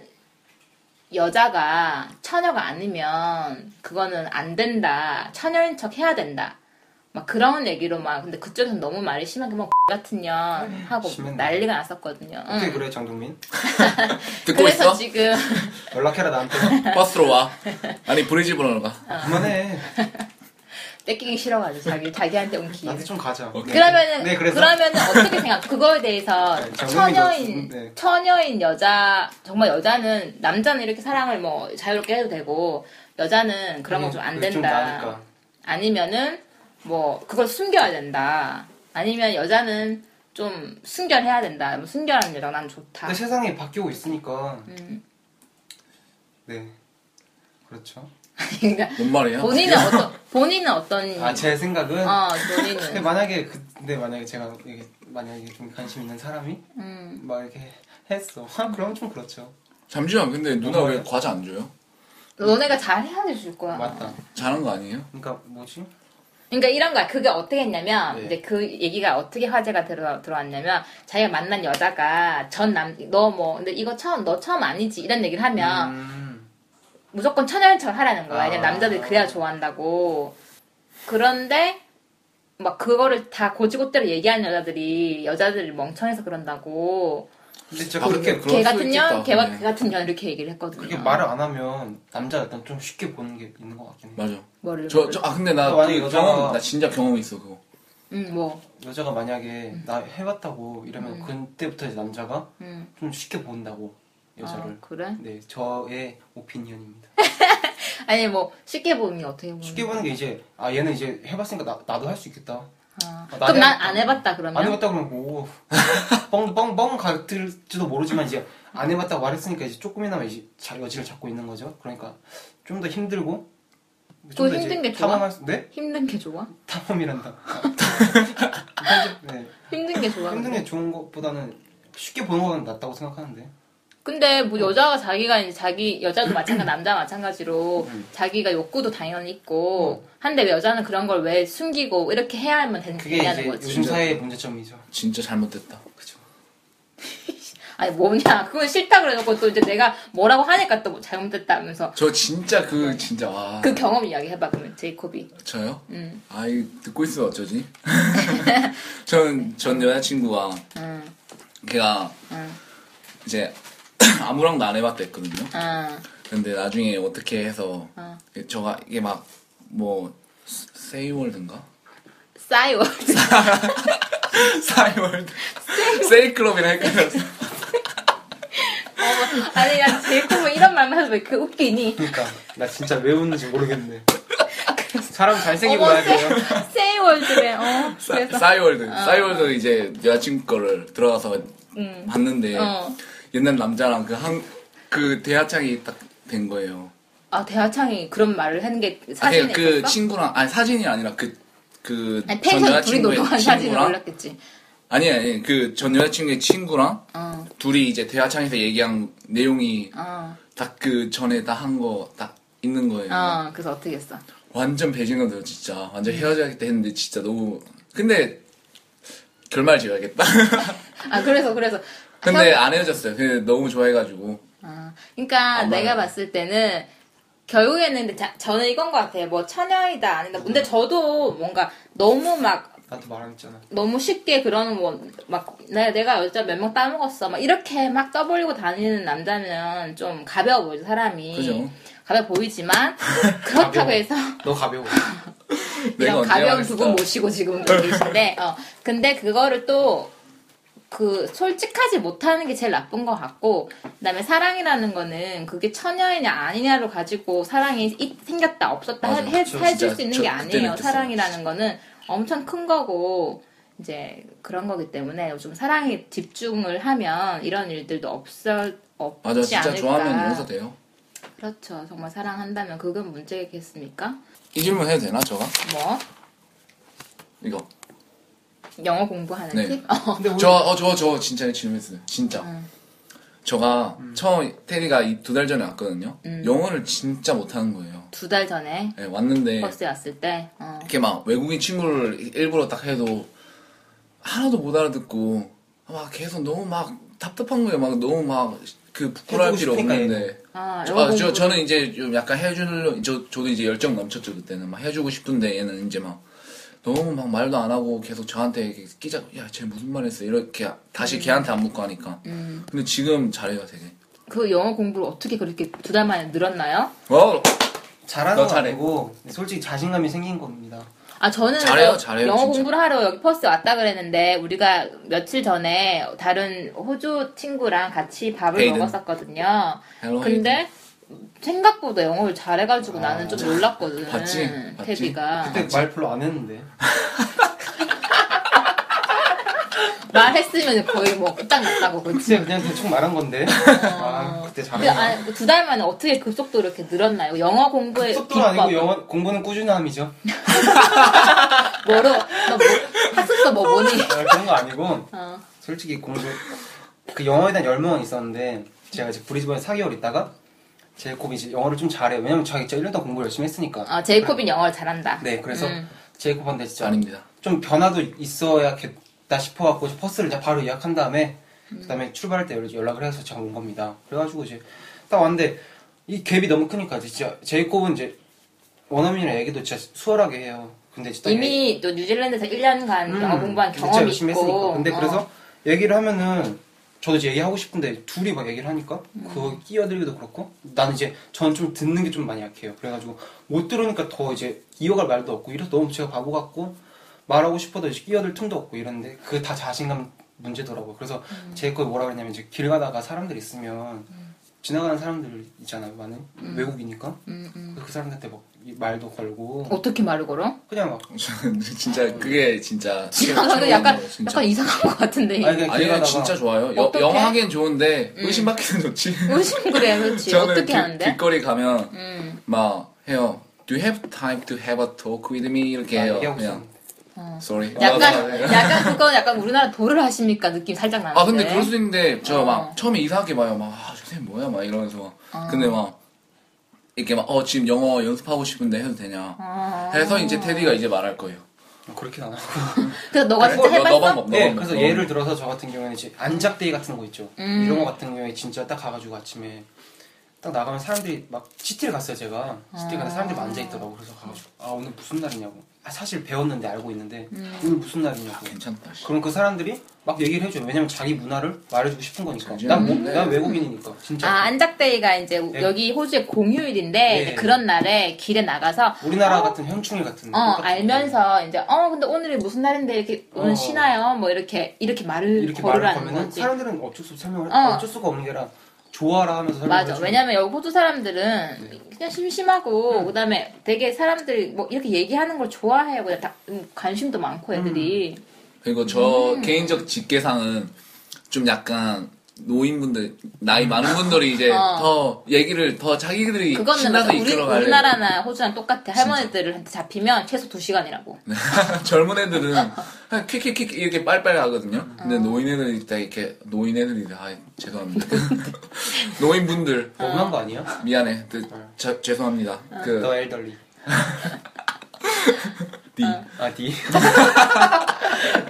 여자가 처녀가 아니면 그거는 안 된다. 처녀인 척 해야 된다. 막 그런 얘기로 막 근데 그쪽에서 너무 말이 심하게 막 X 같은 년 하고 심했네. 난리가 났었거든요. 응. 어떻게 그래 장동민? 듣고 그래서 있어? 지금 [LAUGHS] 연락해라 나한테. 버스로 와. 아니 브리즈번으로 가. 그만해. 뺏기기 싫어가지고 자기 자기한테 온 기회. 나한테 좀 가자. 오케이. 예. 그러면은 네, 그 그래서? 러면 어떻게 생각? 그거에 대해서 네, 장동민이 처녀인 네. 처녀인 여자 정말 여자는 남자는 이렇게 사랑을 뭐 자유롭게 해도 되고 여자는 그런 거 좀 안 네, 그게 좀 된다. 나으니까. 아니면은 뭐 그걸 숨겨야 된다. 아니면 여자는 좀 순결해야 된다. 뭐 순결한 여자 난 좋다. 근데 세상이 바뀌고 있으니까 음. 네 그렇죠. [LAUGHS] 그러니까 뭔 말이야? 본인은 어떤 본인은 어떤 아 제 생각은 어 [LAUGHS] 근데 본인은 만약에 그- 근데 만약에 제가 이게 만약에 좀 관심 있는 사람이 음. 막 이렇게 했어. 아, 그럼 좀 그렇죠. 잠시만 근데 누나 뭔 왜 말이야? 과자 안 줘요? 너네가 잘해야 줄 거야. 맞다. 잘한 거 아니에요? 그러니까 뭐지? 그러니까 이런 거야. 그게 어떻게 했냐면, 네. 이제 그 얘기가 어떻게 화제가 들어, 들어왔냐면, 자기가 만난 여자가 전 남, 너 뭐, 근데 이거 처음, 너 처음 아니지? 이런 얘기를 하면, 음, 무조건 천연철 하라는 거야. 아. 왜냐면 남자들이 그래야 좋아한다고. 그런데, 막 그거를 다 고지고대로 얘기하는 여자들이, 여자들이 멍청해서 그런다고. 근데 진짜 아, 그렇게 걔 근데 그럴 수도 같은 년, 있겠다. 걔 네. 같은 년 이렇게 얘기를 했거든요. 그렇게 말을 안 하면 남자 일단 좀 쉽게 보는 게 있는 것 같긴 해. 맞아. 뭐를. 저, 저, 아, 근데 나, 어, 아니, 그 여자가- 경험, 나 진짜 경험 있어, 그거. 응, 뭐. 여자가 만약에 나 해봤다고 이러면 그때부터 이제 남자가 음. 좀 쉽게 본다고 아, 여자를. 그래? 네 저의 오피니언입니다. 아니, 뭐, 쉽게 보는 게 어떻게 보는 쉽게 보는 게 이제 아 얘는 이제 해봤으니까 나, 나도 할 수 있겠다. 아, 아, 그럼 나는- 뭐 난 안 해봤다 그러면? 안 해봤다 그러면 오 [LAUGHS] 뻥뻥뻥 갈지도 모르지만 이제 안 해봤다고 말했으니까 이제 조금이나마 이제 자- 여지를 잡고 있는 거죠. 그러니까 좀 더 힘들고 좀더 또 이제 힘든 게 좋아? 탐험할 수- 네? 힘든 게 좋아? [LAUGHS] 탐험이란다. [LAUGHS] 네. 힘든 게 좋아. 힘든 게 좋은 것보다는 쉽게 보는 건 낫다고 생각하는데. 근데 뭐 여자가 자기가 이제 자기 여자도 마찬가지 남자 마찬가지로 음. 자기가 욕구도 당연히 있고 한데 왜 여자는 그런 걸 왜 숨기고 이렇게 해야 하면 되는 그게 되냐는 이제 거지. 요즘 사회의 문제점이죠. 진짜 잘못됐다. 그죠. 아니 뭐냐 그건 싫다 그래놓고 또 이제 내가 뭐라고 하니까 또 잘못됐다면서 저 진짜 그, 진짜, 와. 그 경험 이야기 해봐 그러면 제이콥이. 저요? 음. 아, 이 듣고 있으면 어쩌지? [LAUGHS] 전, 전 여자친구가, 음. 걔가, 음. 이제, [COUGHS] 아무랑도 안 해봤다 했거든요. 아. 근데 나중에 어떻게 해서, 어. 저가, 이게 막, 뭐, 세이월드인가? 싸이월드. 사이월드. 세이클럽이라 헷갈렸어. 어머, 뭐, 아니 야 제이콥은 이런 말만 해서 왜 이렇게 웃기니? 그러니까 나 진짜 왜 웃는지 모르겠네. 사람 잘생기고 어머, 네. 나야 돼요. 세이월드래. 어. 그래서 싸이월드. 싸이월드 이제 여자친구 거를 들어가서 음. 봤는데 어. 옛날 남자랑 그 한 그 대하창이 딱 된 거예요. 아 대하창이 그런 말을 하는 게 아니, 사진에 그 있었어? 친구랑 아니 사진이 아니라 그, 그그 아니 전 팬이 둘이 여자친구의 노동한 사진을 친구랑 올렸겠지. 아니 아니 그 전 여자친구의 친구랑 어, 둘이 이제 대하창에서 얘기한 내용이 어, 딱 그 전에 다 한 거 딱 있는 거예요. 어. 그래서 어떻게 했어? 완전 배신감들 진짜 완전 음. 헤어져야겠다 했는데 진짜 너무 근데 결말 지어야겠다. [LAUGHS] 아 그래서 그래서. 근데 안 헤어졌어요. 근데 너무 좋아해가지고 아, 그러니까 안 내가 말해요. 봤을 때는 결국에는 근데 자- 저는 이건 것 같아요. 뭐 처녀이다 아니다. 근데 저도 뭔가 너무 막 나한테 말안 했잖아. 너무 쉽게 그런 뭐막 내가 여자 몇 명 따먹었어 막 이렇게 막 떠벌리고 다니는 남자면 좀 가벼워 보이죠 사람이 그죠. 가벼워 [LAUGHS] 보이지만 그렇다고 가벼워. 해서 너 가벼워. 내가 이런 언제 가벼운 말했어? 두 분 모시고 지금 계신데, 어, 근데 그거를 또, 그, 솔직하지 못하는 게 제일 나쁜 것 같고, 그 다음에 사랑이라는 거는 그게 처녀이냐 아니냐로 가지고 사랑이 이- 생겼다, 없었다 맞아요. 해, 저 해줄 진짜 수 있는 저 게 그때 아니에요. 느꼈어요. 사랑이라는 거는 엄청 큰 거고, 이제 그런 거기 때문에 요즘 사랑에 집중을 하면 이런 일들도 없을, 없지 맞아 진짜 않을까. 좋아하면 용서돼요. 그렇죠. 정말 사랑한다면 그건 문제겠습니까? 이 질문 해도 되나 저가 뭐, 이거 영어 공부하는 네. 팁? 근데 오늘 저어 저 저 진짜 질문했어요. 진짜 음. 저가 처음 테리가 두 달 전에 왔거든요. 음. 영어를 진짜 못하는 거예요. 두 달 전에 네, 왔는데 버스에 왔을 때 어. 이렇게 막 외국인 친구를 일부러 딱 해도 하나도 못 알아듣고 막 계속 너무 막 답답한 거예요. 막 너무 막 그 부끄러울 해주고 필요 싶으니까 없는데. 아, 저, 영어 아, 저, 공부를- 저는 이제 좀 약간 해주려, 저, 저도 이제 열정 넘쳤죠, 그때는. 막 해주고 싶은데 얘는 이제 막 너무 막 말도 안 하고 계속 저한테 이렇게 끼자, 야, 쟤 무슨 말 했어. 이렇게 다시 걔한테 안 묻고 하니까. 음. 근데 지금 잘해요, 되게. 그 영어 공부를 어떻게 그렇게 두 달 만에 늘었나요? 어, 잘하는 너 거 잘해. 아니고 솔직히 자신감이 생긴 겁니다. 아 저는 잘해요, 저 잘해요, 영어 진짜. 공부를 하러 여기 퍼스 왔다 그랬는데 우리가 며칠 전에 다른 호주 친구랑 같이 밥을 헤이든. 먹었었거든요. 헬로 헤이든. 아, 근데 생각보다 영어를 잘해가지고 나는 좀 놀랐거든. 봤지? 봤지? 태비가 그때 말 별로 안 했는데. 말했으면 거의 뭐 끝장났다고 그치? [LAUGHS] 그때 그냥 대충 말한 건데. 아 그때 근데 잘했나. 아니, 두 달만에 어떻게 그 급속도로 이렇게 늘었나요? 영어 공부의 그 속도 아니고 비법. 영어 공부는 꾸준함이죠. 뭐로? 너 뭐, 학습도 뭐 보니? 아, 그런 거 아니고 어. 솔직히 공부 그 영어에 대한 열망은 있었는데 제가 이제 브리즈번에 4개월 있다가 제이콥이 이제 영어를 좀 잘해요. 왜냐면 자기 진짜 1년 동안 공부를 열심히 했으니까. 아, 제이콥인 영어를 잘한다. 네 그래서 음. 제이콥한테 진짜 아닙니다. [LAUGHS] 좀 변화도 있어야겠다 싶어갖고 버스를 이제 바로 예약한 다음에 그다음에 출발할 때 연락을 해서 제가 온 겁니다. 그래가지고 이제 딱 왔는데 이 갭이 너무 크니까 이제 진짜 제이콥은 이제 원어민이랑 얘기도 진짜 수월하게 해요. 근데 진짜 얘- 이미 또 뉴질랜드에서 1년간 음, 영어 공부한 그러니까 진짜 경험이 열심히 있고. 했으니까. 근데 어. 그래서 얘기를 하면은 저도 이제 얘기하고 싶은데 둘이 막 얘기를 하니까 음. 그거 끼어들기도 그렇고 나는 이제 저는 좀 듣는 게 좀 많이 약해요. 그래가지고 못 들으니까 더 이제 이어갈 말도 없고 이래서 너무 제가 바보 같고 말하고 싶어도 이제 끼어들 틈도 없고 이런데 그게 다 자신감 문제더라고요. 그래서 음. 제거 뭐라 그랬냐면 이제 길 가다가 사람들 있으면 지나가는 사람들 있잖아요. 많은 외국이니까 음, 음. 그 사람들한테 막 말도 걸고 어떻게 말을 걸어? 그냥 막 저는 진짜 그게 [LAUGHS] 진짜 아, 근데 최고인 약간, 거예요, 진짜. 약간 이상한 것 같은데. 아니, 그냥 길 아니 그냥 가다가 진짜 좋아요. 여, 어떡해? 영어 하기엔 좋은데 의심받기는 [LAUGHS] 좋지. 의심 그래, 그렇지. 어떻게 길- 하는데? 길거리 가면 음. 막 해요. Do you have time to have a talk with me? 이렇게 아, 해요. 얘기하고 그냥 있었는데. sorry. 어. 네. 약간, 약간 그건 약간 우리나라 도를 하십니까 느낌 살짝 나는데. 아 근데 그럴 수 있는데 저 막 네. 어. 처음에 이상하게 봐요 막 아, 선생님 뭐야 막 이러면서 막. 근데 막 이렇게 막 어 지금 영어 연습하고 싶은데 해도 되냐 아. 해서 이제 테디가 이제 말할 거예요 어, 그렇게 안 하고 그래서 너가 진짜 너- 해봤어? 너만 먹 네, 너만 그래서 먹. 예를 들어서 저 같은 경우에는 이제 안작데이 같은 거 있죠. 음. 이런 거 같은 경우에 진짜 딱 가가지고 아침에 딱 나가면 사람들이 막 CT를 갔어요 제가 CT 가서 사람들이 앉아 있더라고 그래서 가가지고 아 오늘 무슨 날이냐고 아, 사실 배웠는데 알고 있는데 음. 오늘 무슨 아, 날이냐고 괜찮다 씨. 그럼 그 사람들이 막 얘기를 해줘요 왜냐면 자기 문화를 말해주고 싶은 거니까 그치. 난, 뭐- 음. 난 외국인이니까 진짜 아, 안작데이가 이제 네. 여기 호주의 공휴일인데 네. 이제 그런 날에 길에 나가서 우리나라 같은 현충일 같은 어, 거 음, 똑같은 알면서 이제 어, 근데 오늘이 무슨 날인데 이렇게 오늘 어. 쉬나요? 뭐 이렇게 이렇게 거. 말을 이렇게 말을 걸으라는 하면 거지. 사람들은 어쩔 수 없이 설명을 어. 어쩔 수가 없는 게라 좋아라 하면서 설명을 맞아. 해줘요. 왜냐면 여기 호주 사람들은 네. 그냥 심심하고 그다음에 되게 사람들이 뭐 이렇게 얘기하는 걸 좋아해요. 그냥 다 음, 관심도 많고 애들이. 그리고 저 음. 개인적 직계상은 좀 약간 노인분들 나이 많은 분들이 이제 어. 더 얘기를 더 자기들이 그거는 신나서 맞아. 우리 이끌어가려 우리나라나 호주랑 똑같아. 할머니들한테 잡히면 최소 2시간이라고. [LAUGHS] 네. 젊은 애들은 그냥 킥킥킥 이렇게 빨빨 하거든요. 어. 근데 노인 애들이 다 이렇게 노인 애들이 아 죄송합니다. [LAUGHS] 노인분들 너무한 거 아니야? 미안해. 그, 저- 죄송합니다. 네. 어. 그 더 엘더리 D. [LAUGHS] 아, D.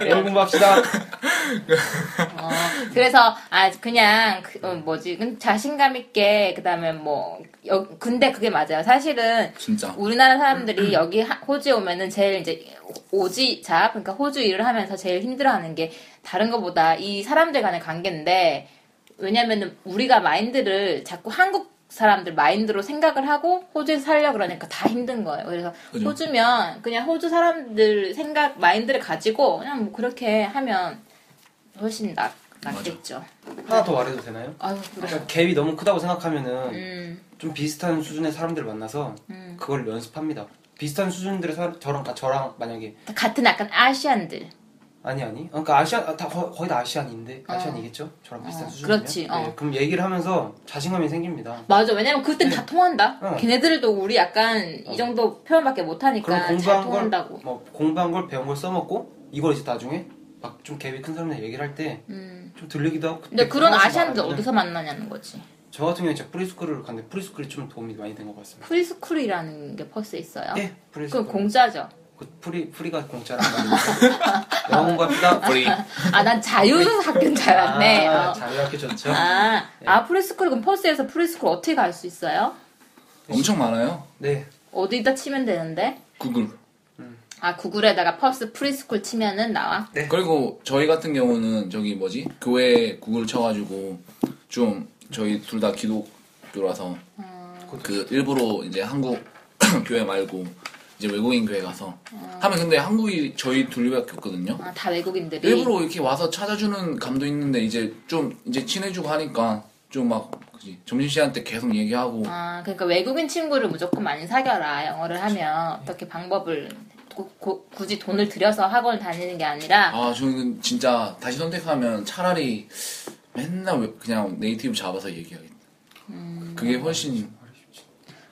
열공 봅시다. 어, 그래서 아 그냥 그, 어, 뭐지 그 자신감 있게 그다음에 뭐 여- 근데 그게 맞아요 사실은 진짜. 우리나라 음. 사람들이 여기 하- 호주에 오면은 제일 이제 오지 잡 그러니까 호주 일을 하면서 제일 힘들어하는 게 다른 것보다 이 사람들 간의 관계인데 왜냐면은 우리가 마인드를 자꾸 한국 사람들 마인드로 생각을 하고 호주에서 살려 그러니까 다 힘든 거예요. 그래서 그죠. 호주면 그냥 호주 사람들 생각 마인드를 가지고 그냥 뭐 그렇게 하면 훨씬 낫, 낫겠죠. 하나 더 말해도 되나요? 아유 그래. 그러니까 갭이 너무 크다고 생각하면은 음, 좀 비슷한 수준의 사람들을 만나서 음. 그걸 연습합니다. 비슷한 수준들의 사람, 저랑 가- 저랑 만약에 같은 약간 아시안들. 아니 아니, 그러니까 아시아 아, 다 거- 거의 다 아시안인데 아시안이겠죠? 저랑 비슷한 어, 수준이면. 네, 그렇지, 어. 그럼 얘기를 하면서 자신감이 생깁니다. 맞아. 왜냐면 그땐 다 통한다. 어. 걔네들도 우리 약간 이 정도 표현밖에 못 그럼 하니까 그러니까 잘 공부한 걸, 통한다고. 뭐 공부한 걸 배운 걸 써먹고 이걸 이제 나중에 막 좀 갭이 큰 사람들 얘기를 할 때 좀 음. 들리기도 하고. 근데 그런 그런 아시안들 말하면은 어디서 만나냐는 거지. 저 같은 경우에 제가 프리스쿨을 갔는데 프리스쿨이 좀 도움이 많이 된 것 같습니다. 프리스쿨이라는 게 퍼스에 있어요. 예, 프리스쿨. 아, 그건 공짜죠. 그 프리 프리가 [LAUGHS] 공짜란 말이죠. 영어 공부합시다. 프리. 아, 난 자유학교인 줄 알았네. 아, 네. 어. 자유학교 좋죠. 아, 아, 프리스쿨, 그럼 퍼스에서 프리스쿨 어떻게 갈 수 있어요? 엄청 많아요. 네. 어디다 치면 되는데? 구글. 아, 구글에다가 퍼스 프리스쿨 치면은 나와? 네. 그리고 저희 같은 경우는 저기 뭐지 교회 구글 쳐가지고 좀 저희 둘 다 기독교라서 그 일부러 이제 한국 [CLEARS THROAT] 교회 말고 이제 외국인 교회 가서 하면 근데 한국이 저희 둘밖에 없거든요. 아, 다 외국인들이. 일부러 이렇게 와서 찾아주는 감도 있는데 이제 좀 이제 친해지고 하니까 좀 막 점심시간 때 계속 얘기하고 아, 그러니까 외국인 친구를 무조건 많이 사겨라. 영어를 하면 어떻게 방법을 고- 고- 굳이 돈을 들여서 학원을 다니는 게 아니라 아 저는 진짜 다시 선택하면 차라리 맨날 왜- 그냥 네이티브 잡아서 얘기하겠다 그게 훨씬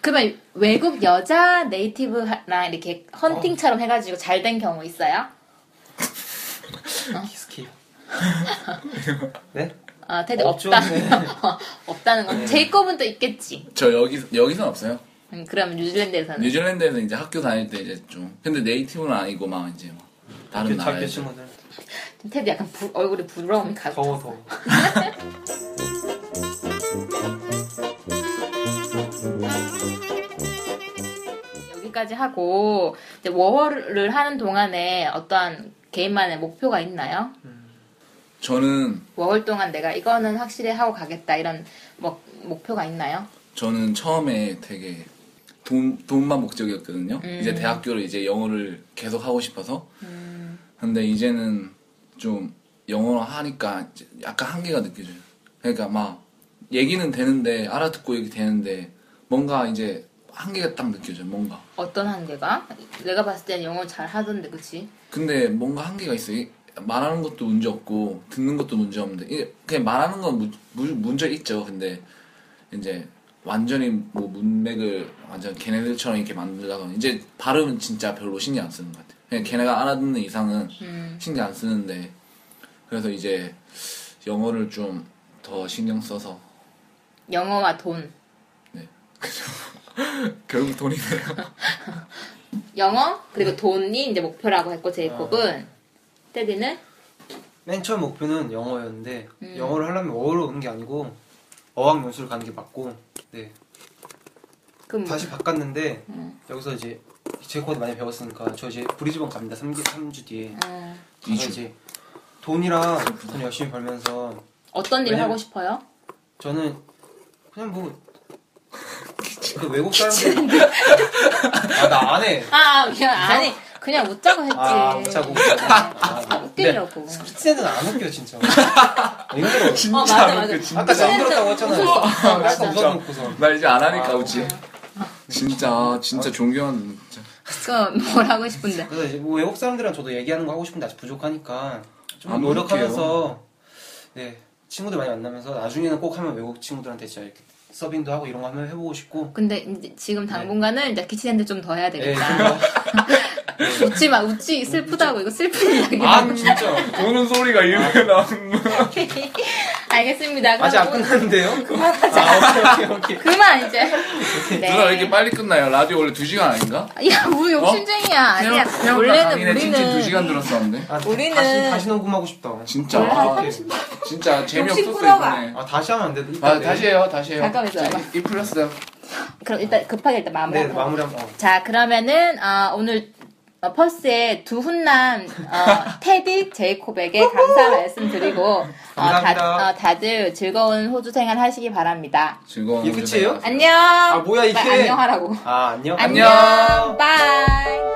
그러면 외국 여자 네이티브랑 이렇게 헌팅처럼 해가지고 잘 된 경우 있어요? 어? [LAUGHS] 스킵. 네? 아, 테디 없죠. 없다. 네. [LAUGHS] 없다는 건 제이콥은 또 있겠지. 저 여기 여기선 없어요 음, 그럼 뉴질랜드에서는 뉴질랜드에는 이제 학교 다닐 때 이제 좀 근데 네이티브는 아니고 막 이제 막 다른 나라에 학교 친구들 테디 약간 부- 얼굴에 부러움이 가. 더워 더워. 여기까지 하고 이제 워홀을 하는 동안에 어떠한 개인만의 목표가 있나요? 저는 워홀 동안 내가 이거는 확실히 하고 가겠다 이런 뭐, 목표가 있나요? 저는 처음에 되게 돈, 돈만 목적이었거든요. 이제 대학교를 이제 영어를 계속 하고 싶어서. 근데 이제는 좀 영어를 하니까 이제 약간 한계가 느껴져요. 그러니까 막 얘기는 되는데, 알아듣고 얘기 되는데, 뭔가 이제 한계가 딱 느껴져요, 뭔가. 어떤 한계가? 내가 봤을 땐 영어 잘 하던데 그치? 근데 뭔가 한계가 있어요. 이- 말하는 것도 문제 없고, 듣는 것도 문제 없는데, 이게 그냥 말하는 건 무- 무- 문제 있죠. 근데 이제 완전히 뭐 문맥을 완전 걔네들처럼 이렇게 만들다가 이제 발음은 진짜 별로 신경 안 쓰는 것 같아요. 그냥 걔네가 알아듣는 이상은 음. 신경 안 쓰는데 그래서 이제 영어를 좀 더 신경 써서 영어와 돈 [LAUGHS] 결국 돈이네요. 영어 네. 그리고 돈이 이제 목표라고 했고 아. 제이콥은 테디는 맨 처음 목표는 영어였는데 음. 영어를 하려면 어로 오는 게 아니고 어학 연수를 가는 게 맞고 네 그럼 다시 바꿨는데 음. 여기서 이제 제코한테 많이 배웠으니까 저 이제 브리즈번 갑니다 3개, 3주 뒤에 음, 이 가서 주. 이제 돈이랑 돈 열심히 벌면서 어떤 일을 왜냐면- 하고 싶어요? 저는 그냥 뭐 뭐그 외국 [LAUGHS] 사람들 아나 안 해. 아 아, 미안 아니 그냥 웃자고 했지 아, 웃자고. 네. 아, 네. 웃기려고 스피드는 안 웃겨 진짜. 이거 어 맞아 맞아 아까 저 웃었다고 했잖아요. 웃었어 약간 웃어놓고서 나 이제 안 하니까 아, 우지. 진짜 진짜 존경하는 진짜. 그럼 뭘 하고 싶은데 그래서 이제 뭐 외국 사람들이랑 저도 얘기하는 거 하고 싶은데 아직 부족하니까 좀 안 노력하면서 네 친구들 많이 만나면서 나중에는 꼭 하면 외국 친구들한테 진짜 이렇게 서빙도 하고 이런 거 한번 해보고 싶고 근데 이제 지금 네. 당분간은 이제 키친핸드 좀 더 해야 예, 되겠다 웃지 마 웃지 슬프다고 이거 슬픈 이야기야 아 진짜 도는 소리가 이렇게 나오는 알겠습니다 아직 안 그럼 [LAUGHS] 끝났는데요? 아 오케이 오케이 오케이 그만 이제 네. 누나 왜 이렇게 빨리 끝나요? 라디오 원래 2시간 아닌가? 야, 우리 어? 욕심쟁이야. 아니야. 태양과 강인의 원래는 찐찐 우리는 2시간 들었었는데 아, 우리는- 네, 다시, 다시 녹음하고 싶다 진짜 원래 한 아, 오케이. 진짜 재미없었어 풀어가. 이번에 아 다시 하면 안 돼? 아 다시 해요 다시 해요 잠깐만 있어요. 1 플러스 그럼 일단 급하게 일단 마무리. 네 하고 마무리 한번 어. 자, 그러면은 어, 오늘 어, 퍼스의 두 훈남 [LAUGHS] 어, 테디 제이콥에게 감사 말씀드리고 어, 감사합니다. 다, 어, 다들 즐거운 호주 생활 하시기 바랍니다. 즐거운 이게 끝이에요? 주말. 안녕. 아, 뭐야, 이게. 빨리 안녕하라고. 아 안녕 안녕. 바이.